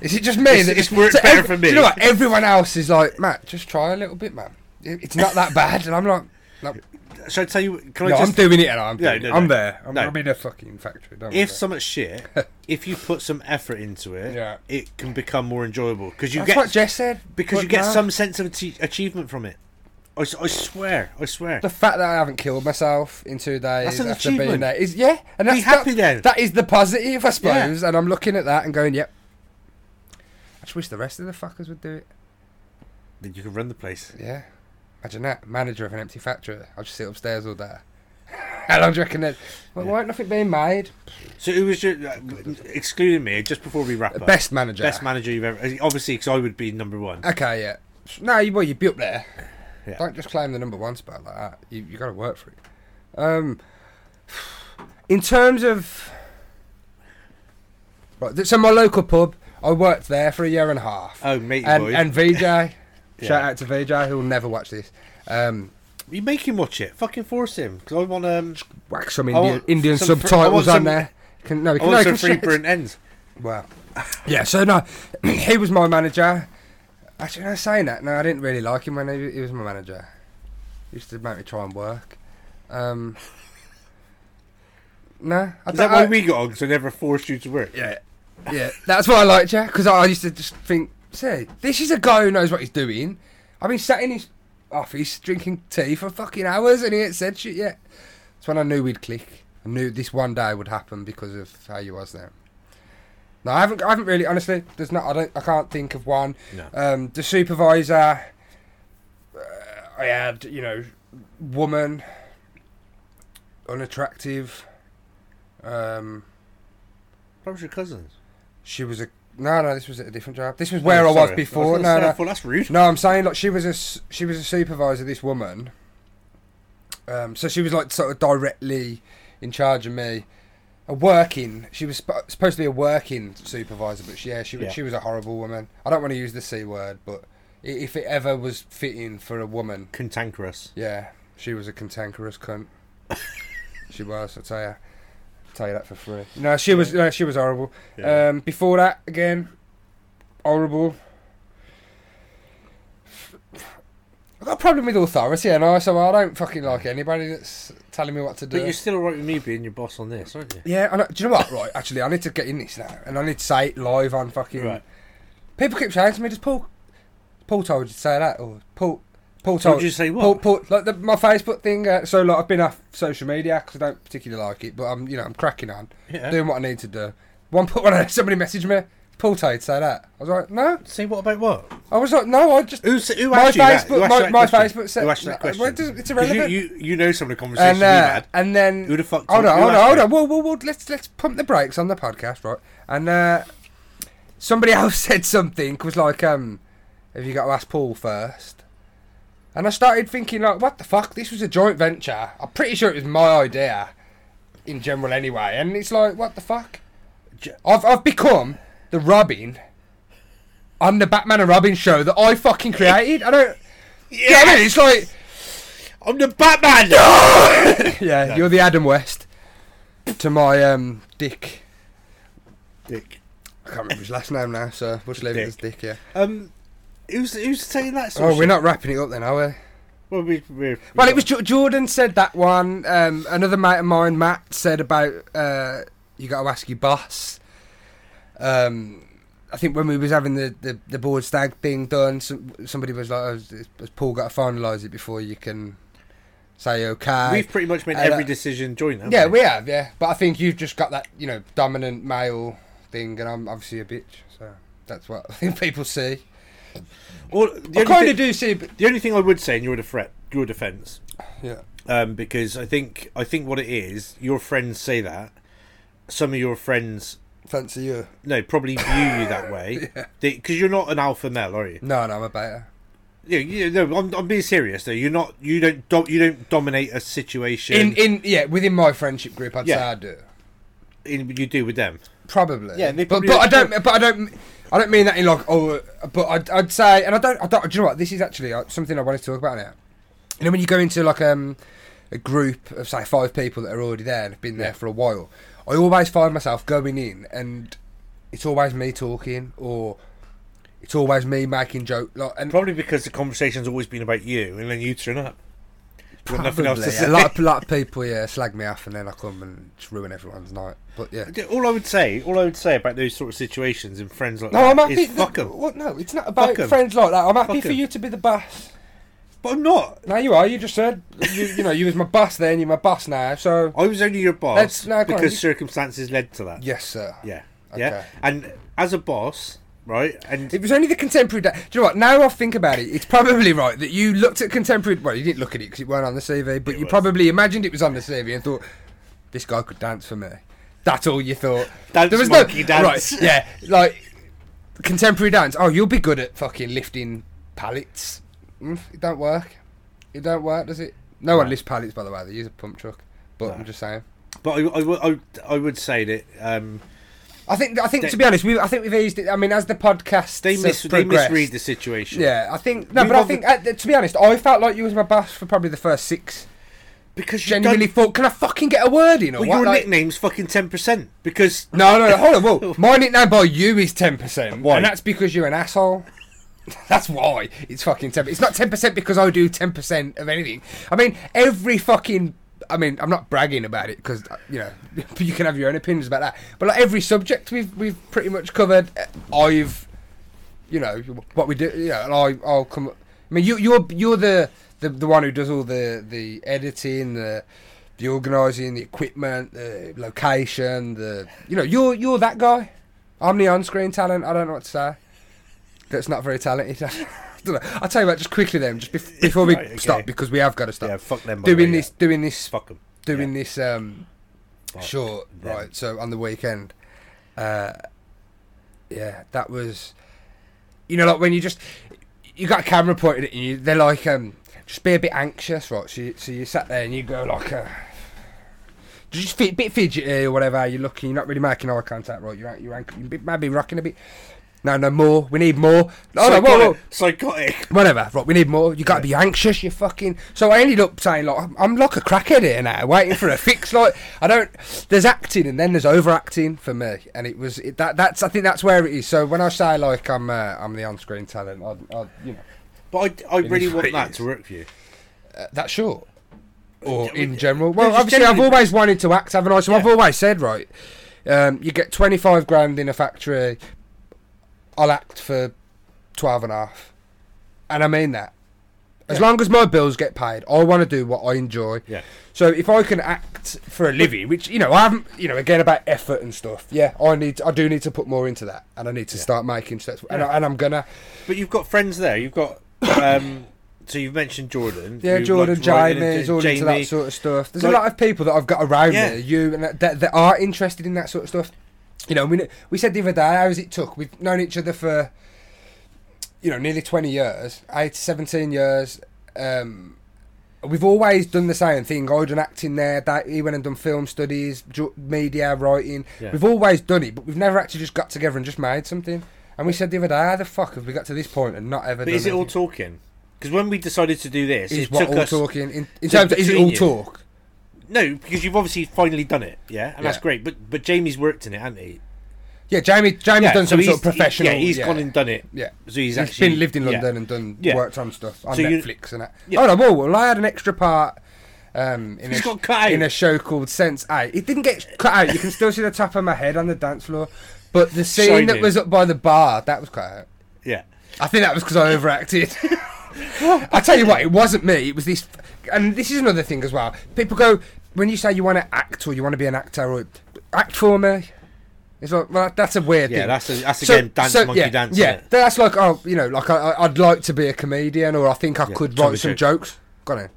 B: is it just me?
A: It's-
B: that-
A: it's worked
B: so
A: better
B: ev-
A: for
B: Do you
A: me.
B: know what? Everyone else is like, Matt, just try a little bit, man. It- It's not that bad. And I'm like, no,
A: Shall I tell you? Can
B: no
A: I
B: I'm
A: just?
B: doing it, and I'm
A: No,
B: doing
A: no,
B: it.
A: no.
B: I'm there. I'm,
A: No.
B: I'm in a fucking factory. Don't
A: if
B: worry.
A: something shit, if you put some effort into it,
B: Yeah.
A: it can become more enjoyable because you
B: that's
A: get
B: what Jess said.
A: because
B: Like,
A: you get
B: no.
A: some sense of ati- achievement from it. I, s- I swear, I swear.
B: The fact that I haven't killed myself in two days
A: That's an
B: after being
A: achievement.
B: there is yeah, and that's
A: happy
B: that-
A: then.
B: That is the positive, I suppose. And I'm looking at that and going, yep. I just wish the rest of the fuckers would do it.
A: Then you can run the place.
B: Yeah, imagine that manager of an empty factory. I'll just sit upstairs all day. How long do you reckon that? Well, Why ain't nothing being made?
A: So who was your, uh, excluding me, just before we wrap up,
B: Best manager.
A: best manager you've ever, obviously, because I would be number one.
B: Okay, yeah. No, you, well, you'd be up there.
A: Yeah.
B: Don't just claim the number one spot like that. You you got to work for it. Um, in terms of, right, th- so my local pub, I worked there for a year and a half,
A: Oh, matey
B: and
A: boy.
B: and VJ, shout
A: Yeah.
B: out to VJ who'll never watch this. Um,
A: you make him watch it. Fucking force him, because I want um,
B: whack some
A: want
B: Indian, Indian
A: some fr- I want
B: subtitles on
A: some-
B: there. Can, no, we
A: I
B: can, no,
A: want some
B: we can
A: free
B: share-
A: print ends.
B: Well, yeah. So no, he was my manager. Actually, no, saying that, no, I didn't really like him when he, he was my manager. He used to make me try and work. Um, no, I
A: Is
B: don't-
A: that why
B: I-
A: we got on? Because I never forced you to work.
B: Yeah, yeah. That's why I liked you because I, I used to just think, say, this is a guy who knows what he's doing. I've been sat in his office drinking tea for fucking hours and he ain't said shit yet. That's when I knew we'd click. I knew this one day would happen because of how you was there. No, I haven't. I haven't really. Honestly, there's not. I don't. I can't think of one.
A: No.
B: Um, the supervisor. Uh, I had, you know, woman, unattractive. Um,
A: That was your cousins.
B: she was a no, no. This was at a different job. This was where I was before.
A: no,
B: no, no,
A: that's rude.
B: no. I'm saying like she was a s- she was a supervisor. This woman. Um, so she was like sort of directly in charge of me. A working. She was sp- supposed to be a working supervisor, but she, yeah, she was
A: Yeah.
B: she was a horrible woman. I don't want to use the c word, but i- if it ever was fitting for a woman,
A: Cantankerous.
B: yeah, she was a cantankerous cunt. she was, I tell you, tell you that for free. No, she was, no, she was horrible.
A: Yeah.
B: Um, before that, again, horrible. I've got a problem with authority, and I so I don't fucking like anybody that's telling me what to do.
A: But you're still alright with me being your boss on this, aren't you?
B: yeah, I know, do you know what? Right, actually, I need to get in this now, and I need to say it live on fucking.
A: Right.
B: People keep saying to me, "Does Paul, Paul told you to say that?" Or Paul, Paul
A: So
B: told
A: would you say what?
B: Paul, Paul, like the, my Facebook thing. Uh, so like I've been off social media because I don't particularly like it, but I'm you know I'm cracking on,
A: Yeah.
B: doing what I need to do. One put one, somebody messaged me. Paul told you to say that. I was like, no.
A: Say what about what?
B: I was like, no. I just
A: Who's, who
B: My
A: asked you that? Who
B: Facebook-
A: asked
B: my-
A: you that
B: my
A: question?
B: Facebook said-
A: Who asked you
B: uh,
A: that
B: well, it
A: question?
B: doesn't- it's
A: 'Cause
B: irrelevant.
A: You, you, you know some of the conversations
B: and
A: we
B: uh,
A: had.
B: and then
A: Who the fuck
B: Hold
A: told
B: on,
A: you
B: hold
A: last
B: on, hold
A: week?
B: on. Whoa, whoa, whoa. Let's let's pump the brakes on the podcast, right? And uh, somebody else said something was like, um, "Have you got to ask Paul first? And I started thinking, like, what the fuck? This was a joint venture. I'm pretty sure it was my idea, in general, anyway. And it's like, what the fuck?
A: J-
B: I've I've become the Robin on the Batman and Robin show that I fucking created. I don't. You know what I mean? It's like,
A: I'm the Batman!
B: yeah, you're the Adam West to my um dick.
A: Dick.
B: I can't remember his last name now, so we'll just leave it
A: Dick.
B: as Dick, yeah.
A: Um, who's, who's saying that sort
B: Oh,
A: of
B: we're
A: shit?
B: not wrapping it up then, are we?
A: Well, we, we
B: Well, it was J- Jordan said that one. Um, another mate of mine, Matt, said about uh, you got to ask your boss. Um, I think when we was having the, the, the board stag thing done, some, somebody was like, "Oh, has, has Paul got to finalise it before you can say okay?
A: We've pretty much made
B: I-
A: every
B: I-
A: decision joint, haven't
B: uh, yeah, we have, yeah. But I think you've just got that, you know, dominant male thing, and I'm obviously a bitch, so that's what I think people see.
A: All, the,
B: I
A: only
B: kind
A: thi-
B: of do see, but
A: the only thing I would say in your, defre- your defence
B: yeah.
A: um, because I think I think what it is, your friends say that. Some of your friends,
B: Fancy you?
A: no, probably view you that way because you're not an alpha male, are you?
B: No, no, I'm a beta.
A: Yeah, you no, I'm, I'm being serious though. You're not. You don't. Do, you don't dominate a situation.
B: In in yeah, within my friendship group, I'd say
A: Yeah.
B: I do.
A: in- you do with them.
B: Probably.
A: Yeah, they
B: but,
A: probably-
B: but I don't. But I don't. I don't mean that in like oh, but I'd, I'd say, and I don't. I don't. Do you know what? This is actually uh, something I wanted to talk about now. You know, when you go into like um a group of say five people that are already there and have been there
A: Yeah.
B: for a while, I always find myself going in and it's always me talking or it's always me making joke like and
A: Probably because the conversation's always been about you, and then you turn up. You've got nothing else to
B: Probably.
A: say.
B: A lot, of, lot of people, yeah, slag me off, and then I come and just ruin everyone's night. But yeah,
A: All I would say, all I would say about those sort of situations and friends like
B: no,
A: that
B: I'm happy.
A: is fuck 'em.
B: Well, no, it's not about
A: Fuck 'em.
B: friends like that. I'm happy
A: Fuck
B: for
A: 'em.
B: you to be the boss.
A: But I'm not.
B: No, you are. You just said you, you know you was my boss then. You're my boss now. So
A: I was only your
B: Let's-
A: boss
B: no, go on,
A: because
B: you-
A: circumstances led to that.
B: yes, sir.
A: Yeah.
B: Okay.
A: Yeah. And as a boss, right? And
B: It was only the contemporary. Da- Do you know what? Now I think about it, it's probably right that you looked at contemporary. Well, you didn't look at it because it weren't on the CV, but
A: It
B: you
A: was.
B: probably imagined it was on the CV and thought, "This guy could dance for me." That's all you thought.
A: Dance monkey dance.
B: Right, yeah, like contemporary dance. Oh, you'll be good at fucking lifting pallets. Mm, it don't work. It don't work, does it? No one
A: No.
B: lifts pallets, by the way. They use a pump truck. But
A: No.
B: I'm just saying.
A: but I, I, would- I, would- I would say that um,
B: I think. I think
A: They-
B: to be honest, we. I think we've eased it. I mean, as the podcast
A: they mis they misread the situation.
B: Yeah, I think no,
A: Move
B: but I
A: on
B: think uh, to be honest, I felt like you was my boss for probably the first six.
A: because you
B: Genuinely
A: don't-
B: thought, can I fucking get a word in or
A: well,
B: what?
A: your
B: Like-
A: nickname's fucking ten percent because
B: no, no, no, hold on. Well, my nickname by you is ten percent,
A: Why?
B: and that's because you're an asshole. That's why it's fucking ten. It's not ten percent because I do ten percent of anything. I mean, every fucking. I mean, I'm not bragging about it because you know you can have your own opinions about that. But like every subject we've we've pretty much covered, uh, I've you know what we do. Yeah, and I I'll come. I mean, you you're you're the the, the one who does all the the editing, the the organising, the equipment, the location, the you know you're you're that guy. I'm the on-screen talent. I don't know what to say. That's not very talented. I don't know. I'll tell you what, just quickly then, just bef- before we
A: Right, okay.
B: stop, because we have got to
A: yeah,
B: stop
A: fuck them by the
B: doing
A: way,
B: this, doing this,
A: yeah. fuck them.
B: doing this. Um,
A: Fuck
B: short,
A: them.
B: right? So on the weekend, uh, yeah, that was, you know, like when you just you got a camera pointed at you, they're like, um, just be a bit anxious, right? So you, so you sat there and you go like, uh, just feel a bit fidgety or whatever. You're looking, you're not really making eye contact, right? You're you're, anch- you maybe rocking a bit. No, no more. We need more. Oh, no,
A: psychotic,
B: whoa, whoa
A: psychotic.
B: whatever. Right, we need more. You got to be anxious. You fucking. So I ended up saying like, I'm, I'm like a crackhead here now, waiting for a fix. Like I don't. There's acting and then there's overacting for me, and it was it, that. That's I think that's where it is. So when I say like I'm, uh, I'm the on-screen talent. I, I, you know,
A: But I, I
B: is
A: really
B: what
A: want
B: it
A: that
B: is.
A: to work for you.
B: uh, that's short. Or
A: Yeah,
B: in
A: well,
B: general, well,
A: just
B: obviously I've
A: generally-
B: always wanted to act, haven't I? So I've
A: Yeah.
B: always said right. Um, you get 25 grand in a factory. I'll act for 12 and a half. And I mean that. As
A: Yeah.
B: long as my bills get paid, I want to do what I enjoy.
A: Yeah.
B: So if I can act for a living, which you know I haven't, you know, again about effort and stuff. Yeah, I need, I do need to put more into that, and I need to start making steps. And, I, and I'm gonna,
A: But you've got friends there. You've got. Um, so you've mentioned Jordan.
B: yeah,
A: who
B: Jordan,
A: likes writing
B: Jamie,
A: and-
B: is all into
A: Jamie.
B: that sort of stuff. There's
A: Like-
B: a lot of people that I've got around
A: Yeah.
B: me, you, and that, that, that are interested in that sort of stuff. You know, we kn- we said the other day, how is it took? We've known each other for, you know, nearly 20 years, 8 17 years. Um, we've always done the same thing. I'd done acting there, that he went and done film studies, ju- media, writing.
A: Yeah.
B: We've always done it, but we've never actually just got together and just made something. And we said the other day, how the fuck have we got to this point and not ever
A: But
B: done
A: is it all
B: anything?
A: talking? Because when we decided to do this,
B: Is
A: it
B: what
A: took
B: all
A: us
B: talking in, in
A: So
B: terms of is it all
A: between you-
B: talk?
A: no, because you've obviously finally done it, yeah, and that's
B: Yeah.
A: great. But but Jamie's worked in it, hasn't he?
B: Yeah, Jamie. Jamie's
A: yeah,
B: done
A: so
B: some
A: he's-
B: sort of professional.
A: Yeah, he's
B: yeah,
A: gone and done it.
B: yeah.
A: So he's,
B: he's
A: actually
B: been lived in
A: yeah.
B: London and done
A: Yeah.
B: worked on stuff on
A: So you-
B: Netflix and that.
A: Yeah.
B: Oh no, well, well, I had an extra part. Um, in,
A: He's
B: a,
A: got cut out.
B: in a show called Sense Eight. It didn't get cut out. You can still see the top of my head on the dance floor, but the scene that
A: Shining.
B: was up by the bar that was cut out.
A: Yeah,
B: I think that was because I overacted. I tell you what, it wasn't me. It was this, and this is another thing as well. People go when you say you want to act or you want to be an actor or act for me. It's like well, that's a weird
A: yeah.
B: thing.
A: That's a, that's
B: So-
A: again dance
B: so,
A: monkey
B: yeah,
A: dance.
B: Yeah,
A: isn't it?
B: that's like oh, you know, like I, I- I'd like to be a comedian or I think I
A: Yeah,
B: could
A: tell me
B: write some
A: a
B: jokes. Got it.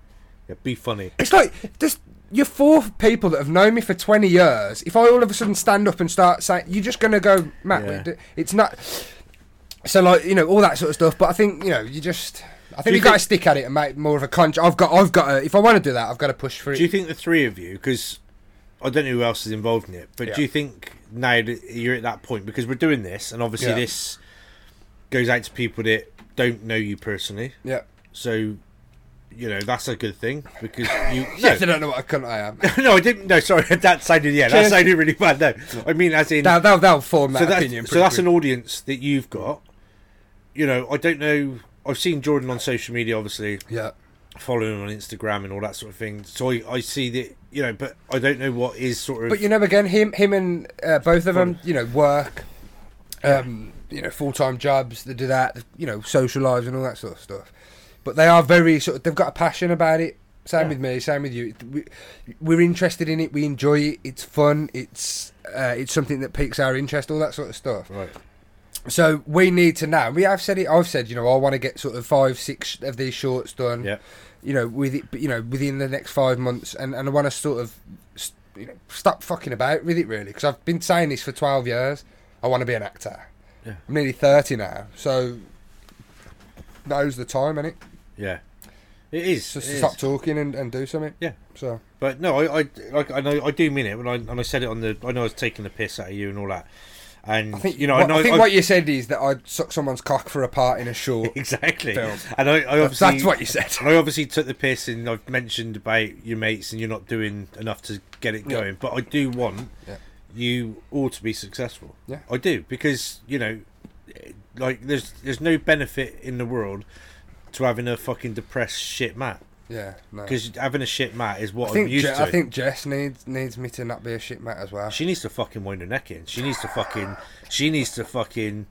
A: yeah. Be funny.
B: It's like just you're four people that have known me for 20 years. If I all of a sudden stand up and start saying, you're just going to go, Matt,
A: Yeah.
B: we- it's not. So, like, you know, all that sort of stuff. But I think, you know, you just. I
A: Do
B: think
A: you
B: you've got to
A: think-
B: stick at it and make more of a conch. I've got, I've got, to, if I want to do that, I've got to push for it.
A: Do you think the three of you? Because I don't know who else is involved in it, but
B: Yeah.
A: do you think now that you're at that point because we're doing this, and obviously
B: Yeah.
A: this goes out to people that don't know you personally,
B: yeah.
A: so you know that's a good thing because you
B: Yes, I
A: no.
B: don't know what a cunt I am.
A: no, I didn't. No, sorry, that sounded yeah, that
B: Cheers.
A: sounded really bad. No, I mean as in
B: they'll, they'll, they'll form that
A: so that's,
B: opinion.
A: so that's an audience that you've got. You know, I don't know. I've seen Jordan on social media, obviously
B: Yeah.
A: following him on Instagram and all that sort of thing. So I, I see that you know, but I don't know what is sort of.
B: But you know, again, him, him, and uh, both of them, you know, work, um, you know, full-time jobs. They do that, you know, social lives and all that sort of stuff. But they are very sort of. They've got a passion about it. Same
A: Yeah.
B: with me. Same with you. We, we're interested in it. We enjoy it. It's fun. It's uh, it's something that piques our interest. All that sort of stuff.
A: right.
B: So we need to now. We have said it. I've said you know I want to get sort of five, six of these shorts done.
A: Yeah.
B: You know, with it, you know, within the next five months, and, and I want to sort of st- you know, stop fucking about with it really, because I've been saying this for twelve years. I want to be an actor.
A: Yeah.
B: I'm nearly thirty now, so now's the time, innit?
A: Yeah, it is.
B: It's just
A: it
B: to
A: is.
B: stop talking and, and do something.
A: Yeah.
B: So
A: But no, I, I like I know I do mean it when I and I said it on the I know I was taking the piss out of you and all that, and
B: I think
A: you know
B: what,
A: I know
B: I think
A: I've-
B: what you said is that I'd suck someone's cock for a part in a short.
A: exactly,
B: Film.
A: and I, I obviously
B: That's what you said.
A: I obviously took the piss and I've mentioned about your mates and you're not doing enough to get it
B: Yeah.
A: going, but I do want
B: Yeah.
A: you all to be successful.
B: Yeah.
A: I do because you know, eh, like there's there's no benefit in the world to having a fucking depressed shit mat
B: Yeah. No.
A: because having a shit mat is what
B: I
A: I
B: think
A: am used
B: Je-
A: to.
B: I think Jess needs needs me to not be a shit mat as well.
A: She needs to fucking wind her neck in. She needs to fucking. She needs to fucking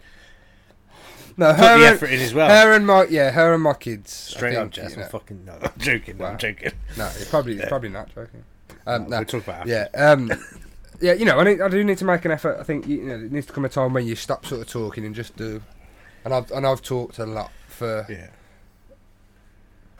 B: No,
A: put the
B: her,
A: effort
B: and,
A: in as well.
B: her and my yeah, her and my kids. I
A: Straight up,
B: think,
A: Jess.
B: you
A: I'm
B: know.
A: fucking. No, I'm joking.
B: Wow.
A: I'm joking.
B: No, it's probably it's probably not joking. Um, no.
A: We'll talk about. it
B: Yeah, um, yeah, you know, I, need, I do need to make an effort. I think you know, it needs to come a time when you stop sort of talking and just do. And I've and I've talked a lot for
A: after. Yeah.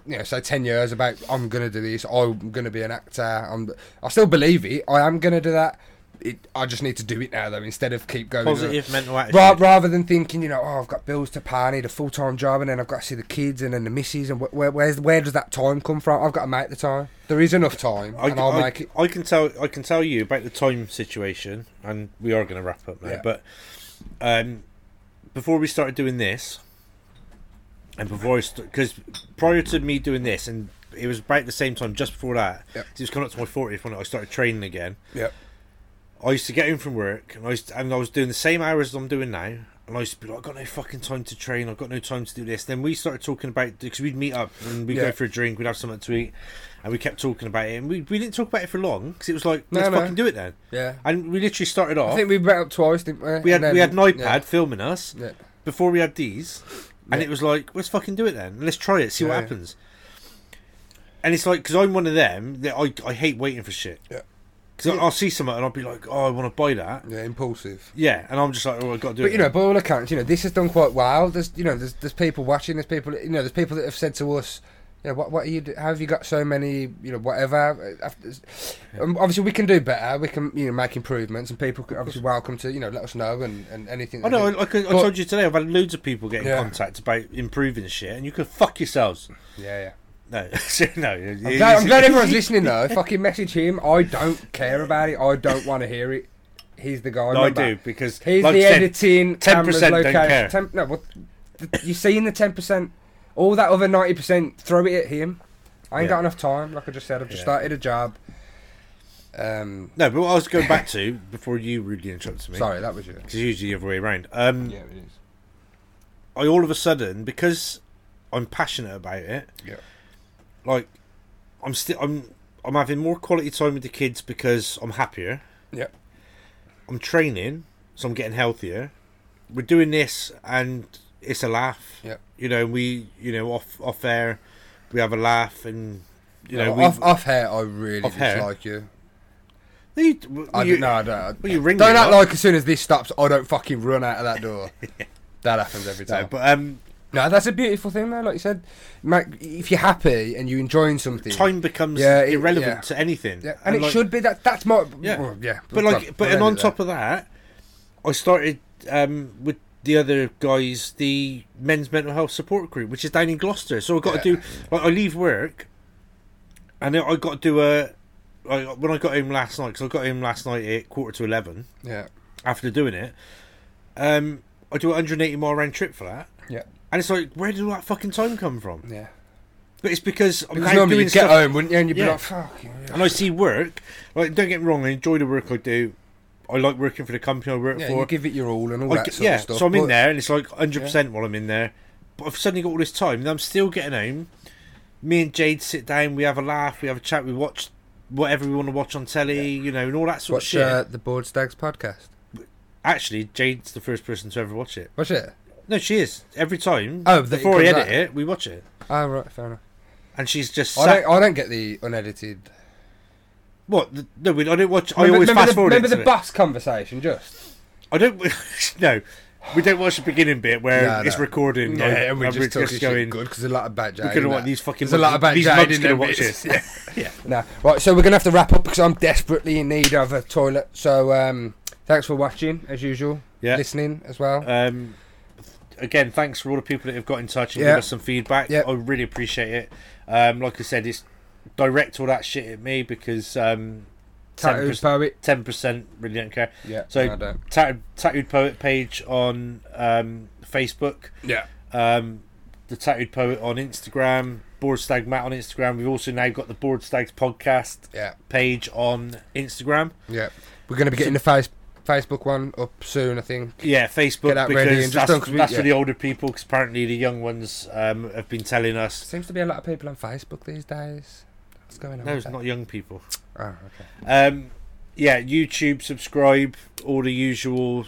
B: you know, so ten years about I'm gonna do this. I'm gonna be an actor. I'm. I still believe it. I am gonna do that. It, I just need to do it now though, instead of keep going.
A: Positive mental attitude.
B: Ra- rather than thinking, you know, oh, I've got bills to pay, I need a full time job, and then I've got to see the kids and then the missus, and wh- where where's, where does that time come from? I've got to make the time. There is enough time,
A: I,
B: and I'll
A: I-
B: make it.
A: I can tell. I can tell you about the time situation, and we are going to wrap up now.
B: Yeah.
A: But um, before we started doing this, and before I because prior to me doing this, and it was about the same time, just before that,
B: Yep.
A: it was coming up to my fortieth when I started training again.
B: Yep.
A: I used to get home from work, and I used to- and I was doing the same hours as I'm doing now. And I used to be like, I've got no fucking time to train. I've got no time to do this. Then we started talking about because we'd meet up and we'd
B: Yeah.
A: go for a drink. We'd have something to eat, and we kept talking about it. And we, we didn't talk about it for long because it was like,
B: No,
A: let's
B: no.
A: fucking do it then.
B: Yeah.
A: And we literally started off.
B: I think we met up twice, didn't we?
A: Oh. we had
B: And then-
A: we had an iPad
B: yeah,
A: filming us
B: Yeah.
A: before we had these, and
B: Yeah.
A: it was like, let's fucking do it then. Let's try it, see
B: Yeah,
A: what
B: yeah.
A: happens. And it's like because I'm one of them that I I hate waiting for shit.
B: Yeah.
A: Because
B: Yeah.
A: I'll see something and I'll be like, oh, I want to buy that.
B: Yeah, impulsive.
A: Yeah, and I'm just like, oh, I got to do it.
B: But you know,
A: then.
B: by all accounts, you know, this has done quite well. There's you know, there's there's people watching. There's people you know, there's people that have said to us. Yeah, what what are you? do- How have you got so many? You know, whatever. uh, after- Um, obviously, we can do better. We can, you know, make improvements, and people can obviously welcome to, you know, let us know and, and anything.
A: I
B: they
A: know.
B: think.
A: Like I, I
B: But-
A: told you today, I've had loads of people get in
B: Yeah.
A: contact about improving shit, and you can fuck yourselves.
B: Yeah, yeah.
A: No, no.
B: I'm glad, I'm glad everyone's listening though. Fucking message him. I don't care about it. I don't want to hear it. He's the guy.
A: No, I
B: remember?
A: do because
B: He's
A: like
B: the
A: I said,
B: editing.
A: 10% don't
B: cameras, location.
A: care.
B: Ten, no, what? You seeing the ten percent? All that other ninety percent, throw it at him. I ain't
A: Yeah.
B: got enough time. Like I just said, I've just
A: Yeah.
B: started a job. Um,
A: No, but what I was going back to before you rudely interrupted me.
B: sorry, that was you.
A: Because usually the other way around. Um,
B: Yeah, it is.
A: I all of a sudden because I'm passionate about it.
B: Yeah.
A: Like, I'm still I'm I'm having more quality time with the kids because I'm happier.
B: Yeah.
A: I'm training, so I'm getting healthier. We're doing this, and it's a laugh.
B: Yep.
A: You know, we you know off off air, we have a laugh, and you know we.
B: off, off hair, I really
A: Off hair?
B: dislike you.
A: you, well,
B: I
A: you-
B: don't, no, I don't.
A: Well, you ring
B: don't
A: me
B: act
A: up.
B: like as soon as this stops, I don't fucking run out of that door. That happens every
A: No,
B: time.
A: but um,
B: No, that's a beautiful thing, though. Like you said, Mac, if you're happy and you're enjoying something,
A: time becomes
B: Yeah, it-
A: irrelevant
B: yeah.
A: to anything.
B: yeah, and, it
A: like-
B: should be that. That's my
A: Yeah.
B: well, yeah.
A: But like, but and on top of that, I started um, with the other guys the men's mental health support group, which is down in Gloucester. So I got
B: Yeah.
A: to do like I leave work, and then I got to do a. I, when I got home last night, because I got home last night at quarter to eleven
B: yeah,
A: after doing it, um, I do a 180 mile round trip for that,
B: yeah,
A: and it's like, where did all that fucking time come from?
B: yeah.
A: But it's because I'm
B: Because
A: now
B: normally
A: doing
B: you'd get
A: stuff
B: home, wouldn't you? And you'd be
A: Yeah.
B: like, "Fuck." Yeah,
A: and I see work. Like, don't get me wrong, I enjoy the work I do. I like working for the company I work
B: yeah
A: for.
B: you give it your all and all
A: I
B: that
A: get-
B: sort
A: yeah,
B: of stuff.
A: so I'm in
B: but-
A: there, and it's like 100% while I'm in there. But I've suddenly got all this time, and I'm still getting home. Me and Jade sit down, we have a laugh, we have a chat, we watch whatever we want to watch on telly, you know, and all that sort of
B: Watch
A: shit.
B: uh, the Board Stags podcast.
A: Actually, Jade's the first person to ever watch it.
B: Watch it.
A: No, she is. Every time,
B: Oh, that it
A: before I
B: comes
A: edit
B: out.
A: it, we watch it.
B: Oh right, fair enough.
A: And she's just
B: I
A: sat.
B: don't. I don't get the unedited.
A: What? The, no, we- I don't watch. I
B: Remember-
A: always
B: remember
A: fast
B: the,
A: forward.
B: Remember
A: it to
B: the
A: it.
B: bus conversation, just.
A: I don't. no, We don't watch the beginning bit where
B: No,
A: it's
B: no.
A: recording.
B: Yeah,
A: like,
B: and we're just talking shit good because a lot about Jade.
A: We're gonna
B: in
A: want
B: that.
A: these fucking.
B: There's a lot
A: monkeys-
B: about
A: these monkeys
B: Jade in
A: gonna
B: them
A: watch
B: bits.
A: this. yeah.
B: No. Right, so we're going to have to wrap up because I'm desperately in need of a toilet. So um, thanks for watching, as usual.
A: Yeah.
B: Listening as well.
A: Um, again, thanks for all the people that have got in touch and
B: Yeah.
A: give us some feedback.
B: Yeah.
A: I really appreciate it. Um, like I said, it's direct all that shit at me because um,
B: Tattoo
A: 10%,
B: poet.
A: 10% really don't care.
B: Yeah.
A: So-
B: I don't.
A: Tattooed, tattooed poet page on um, Facebook.
B: Yeah.
A: Um, the tattooed poet on Instagram. Board Stag Matt on Instagram. We've also now got the Board Stags podcast
B: Yeah.
A: page on Instagram.
B: Yeah. We're going to be getting the face, Facebook one up soon, I think.
A: Yeah,
B: Get
A: Facebook
B: that ready
A: because
B: and just
A: that's,
B: don't- 'cause we-
A: that's
B: yeah.
A: for the older people. Because apparently the young ones um, have been telling us
B: Seems to be a lot of people on Facebook these days. What's going on?
A: No,
B: with
A: it's
B: that?
A: not young people.
B: Oh, okay.
A: Um, yeah, YouTube, subscribe, all the usual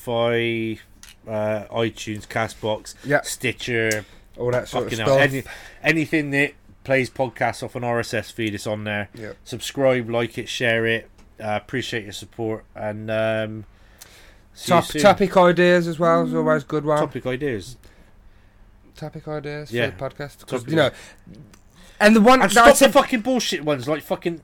A: Spotify, uh, iTunes, Castbox,
B: Yeah.
A: Stitcher,
B: All that sort
A: fucking
B: of
A: hell,
B: stuff.
A: any, anything that plays podcasts off an RSS feed is on there.
B: Yeah.
A: Subscribe, like it, share it. Uh, appreciate your support and um, see you
B: Top,
A: soon.
B: topic ideas as well is always good one.
A: Topic ideas.
B: topic ideas
A: Yeah.
B: for the podcast. 'Cause,
A: Topic-
B: you know, and the one
A: And
B: that I
A: stop the
B: said,
A: fucking bullshit ones like fucking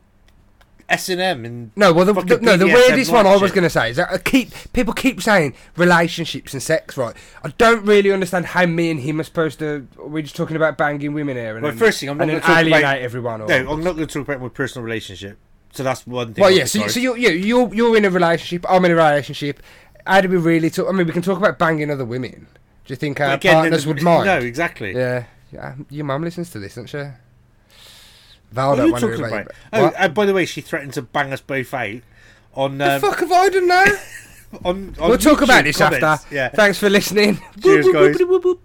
A: S and M and
B: no, well, the,
A: fucking E
B: the- no, the
A: PDFs
B: weirdest
A: and
B: one I
A: watch
B: was
A: it.
B: going to say is that I keep people keep saying relationships and sex, right? I don't really understand how me and him are supposed to. We're just talking about banging women here, and
A: Well,
B: then-
A: first thing, I'm not
B: and then
A: gonna talk
B: alienate
A: about-
B: everyone. Or,
A: No, I'm not going to talk about my personal relationship. So that's one thing.
B: well,
A: I'll
B: yeah. So,
A: decide.
B: so you're, you you're you're in a relationship. I'm in a relationship. How do we really talk? I mean, we can talk about banging other women. Do you think our
A: But then
B: uh, partners
A: the-
B: would mind?
A: No, exactly.
B: Yeah, yeah. Your mum listens to this, doesn't she? Val,
A: What are
B: don't
A: you
B: wanna
A: talking
B: hear
A: about?
B: your-
A: Oh,
B: What?
A: and by the way, she threatened to bang us both out on um,
B: the fuck have I done now?
A: on, on
B: We'll talk about
A: Oh, YouTube
B: this
A: comments.
B: after.
A: Yeah.
B: Thanks for listening.
A: Cheers, guys.
B: Boop, boop, boop, boop, boop.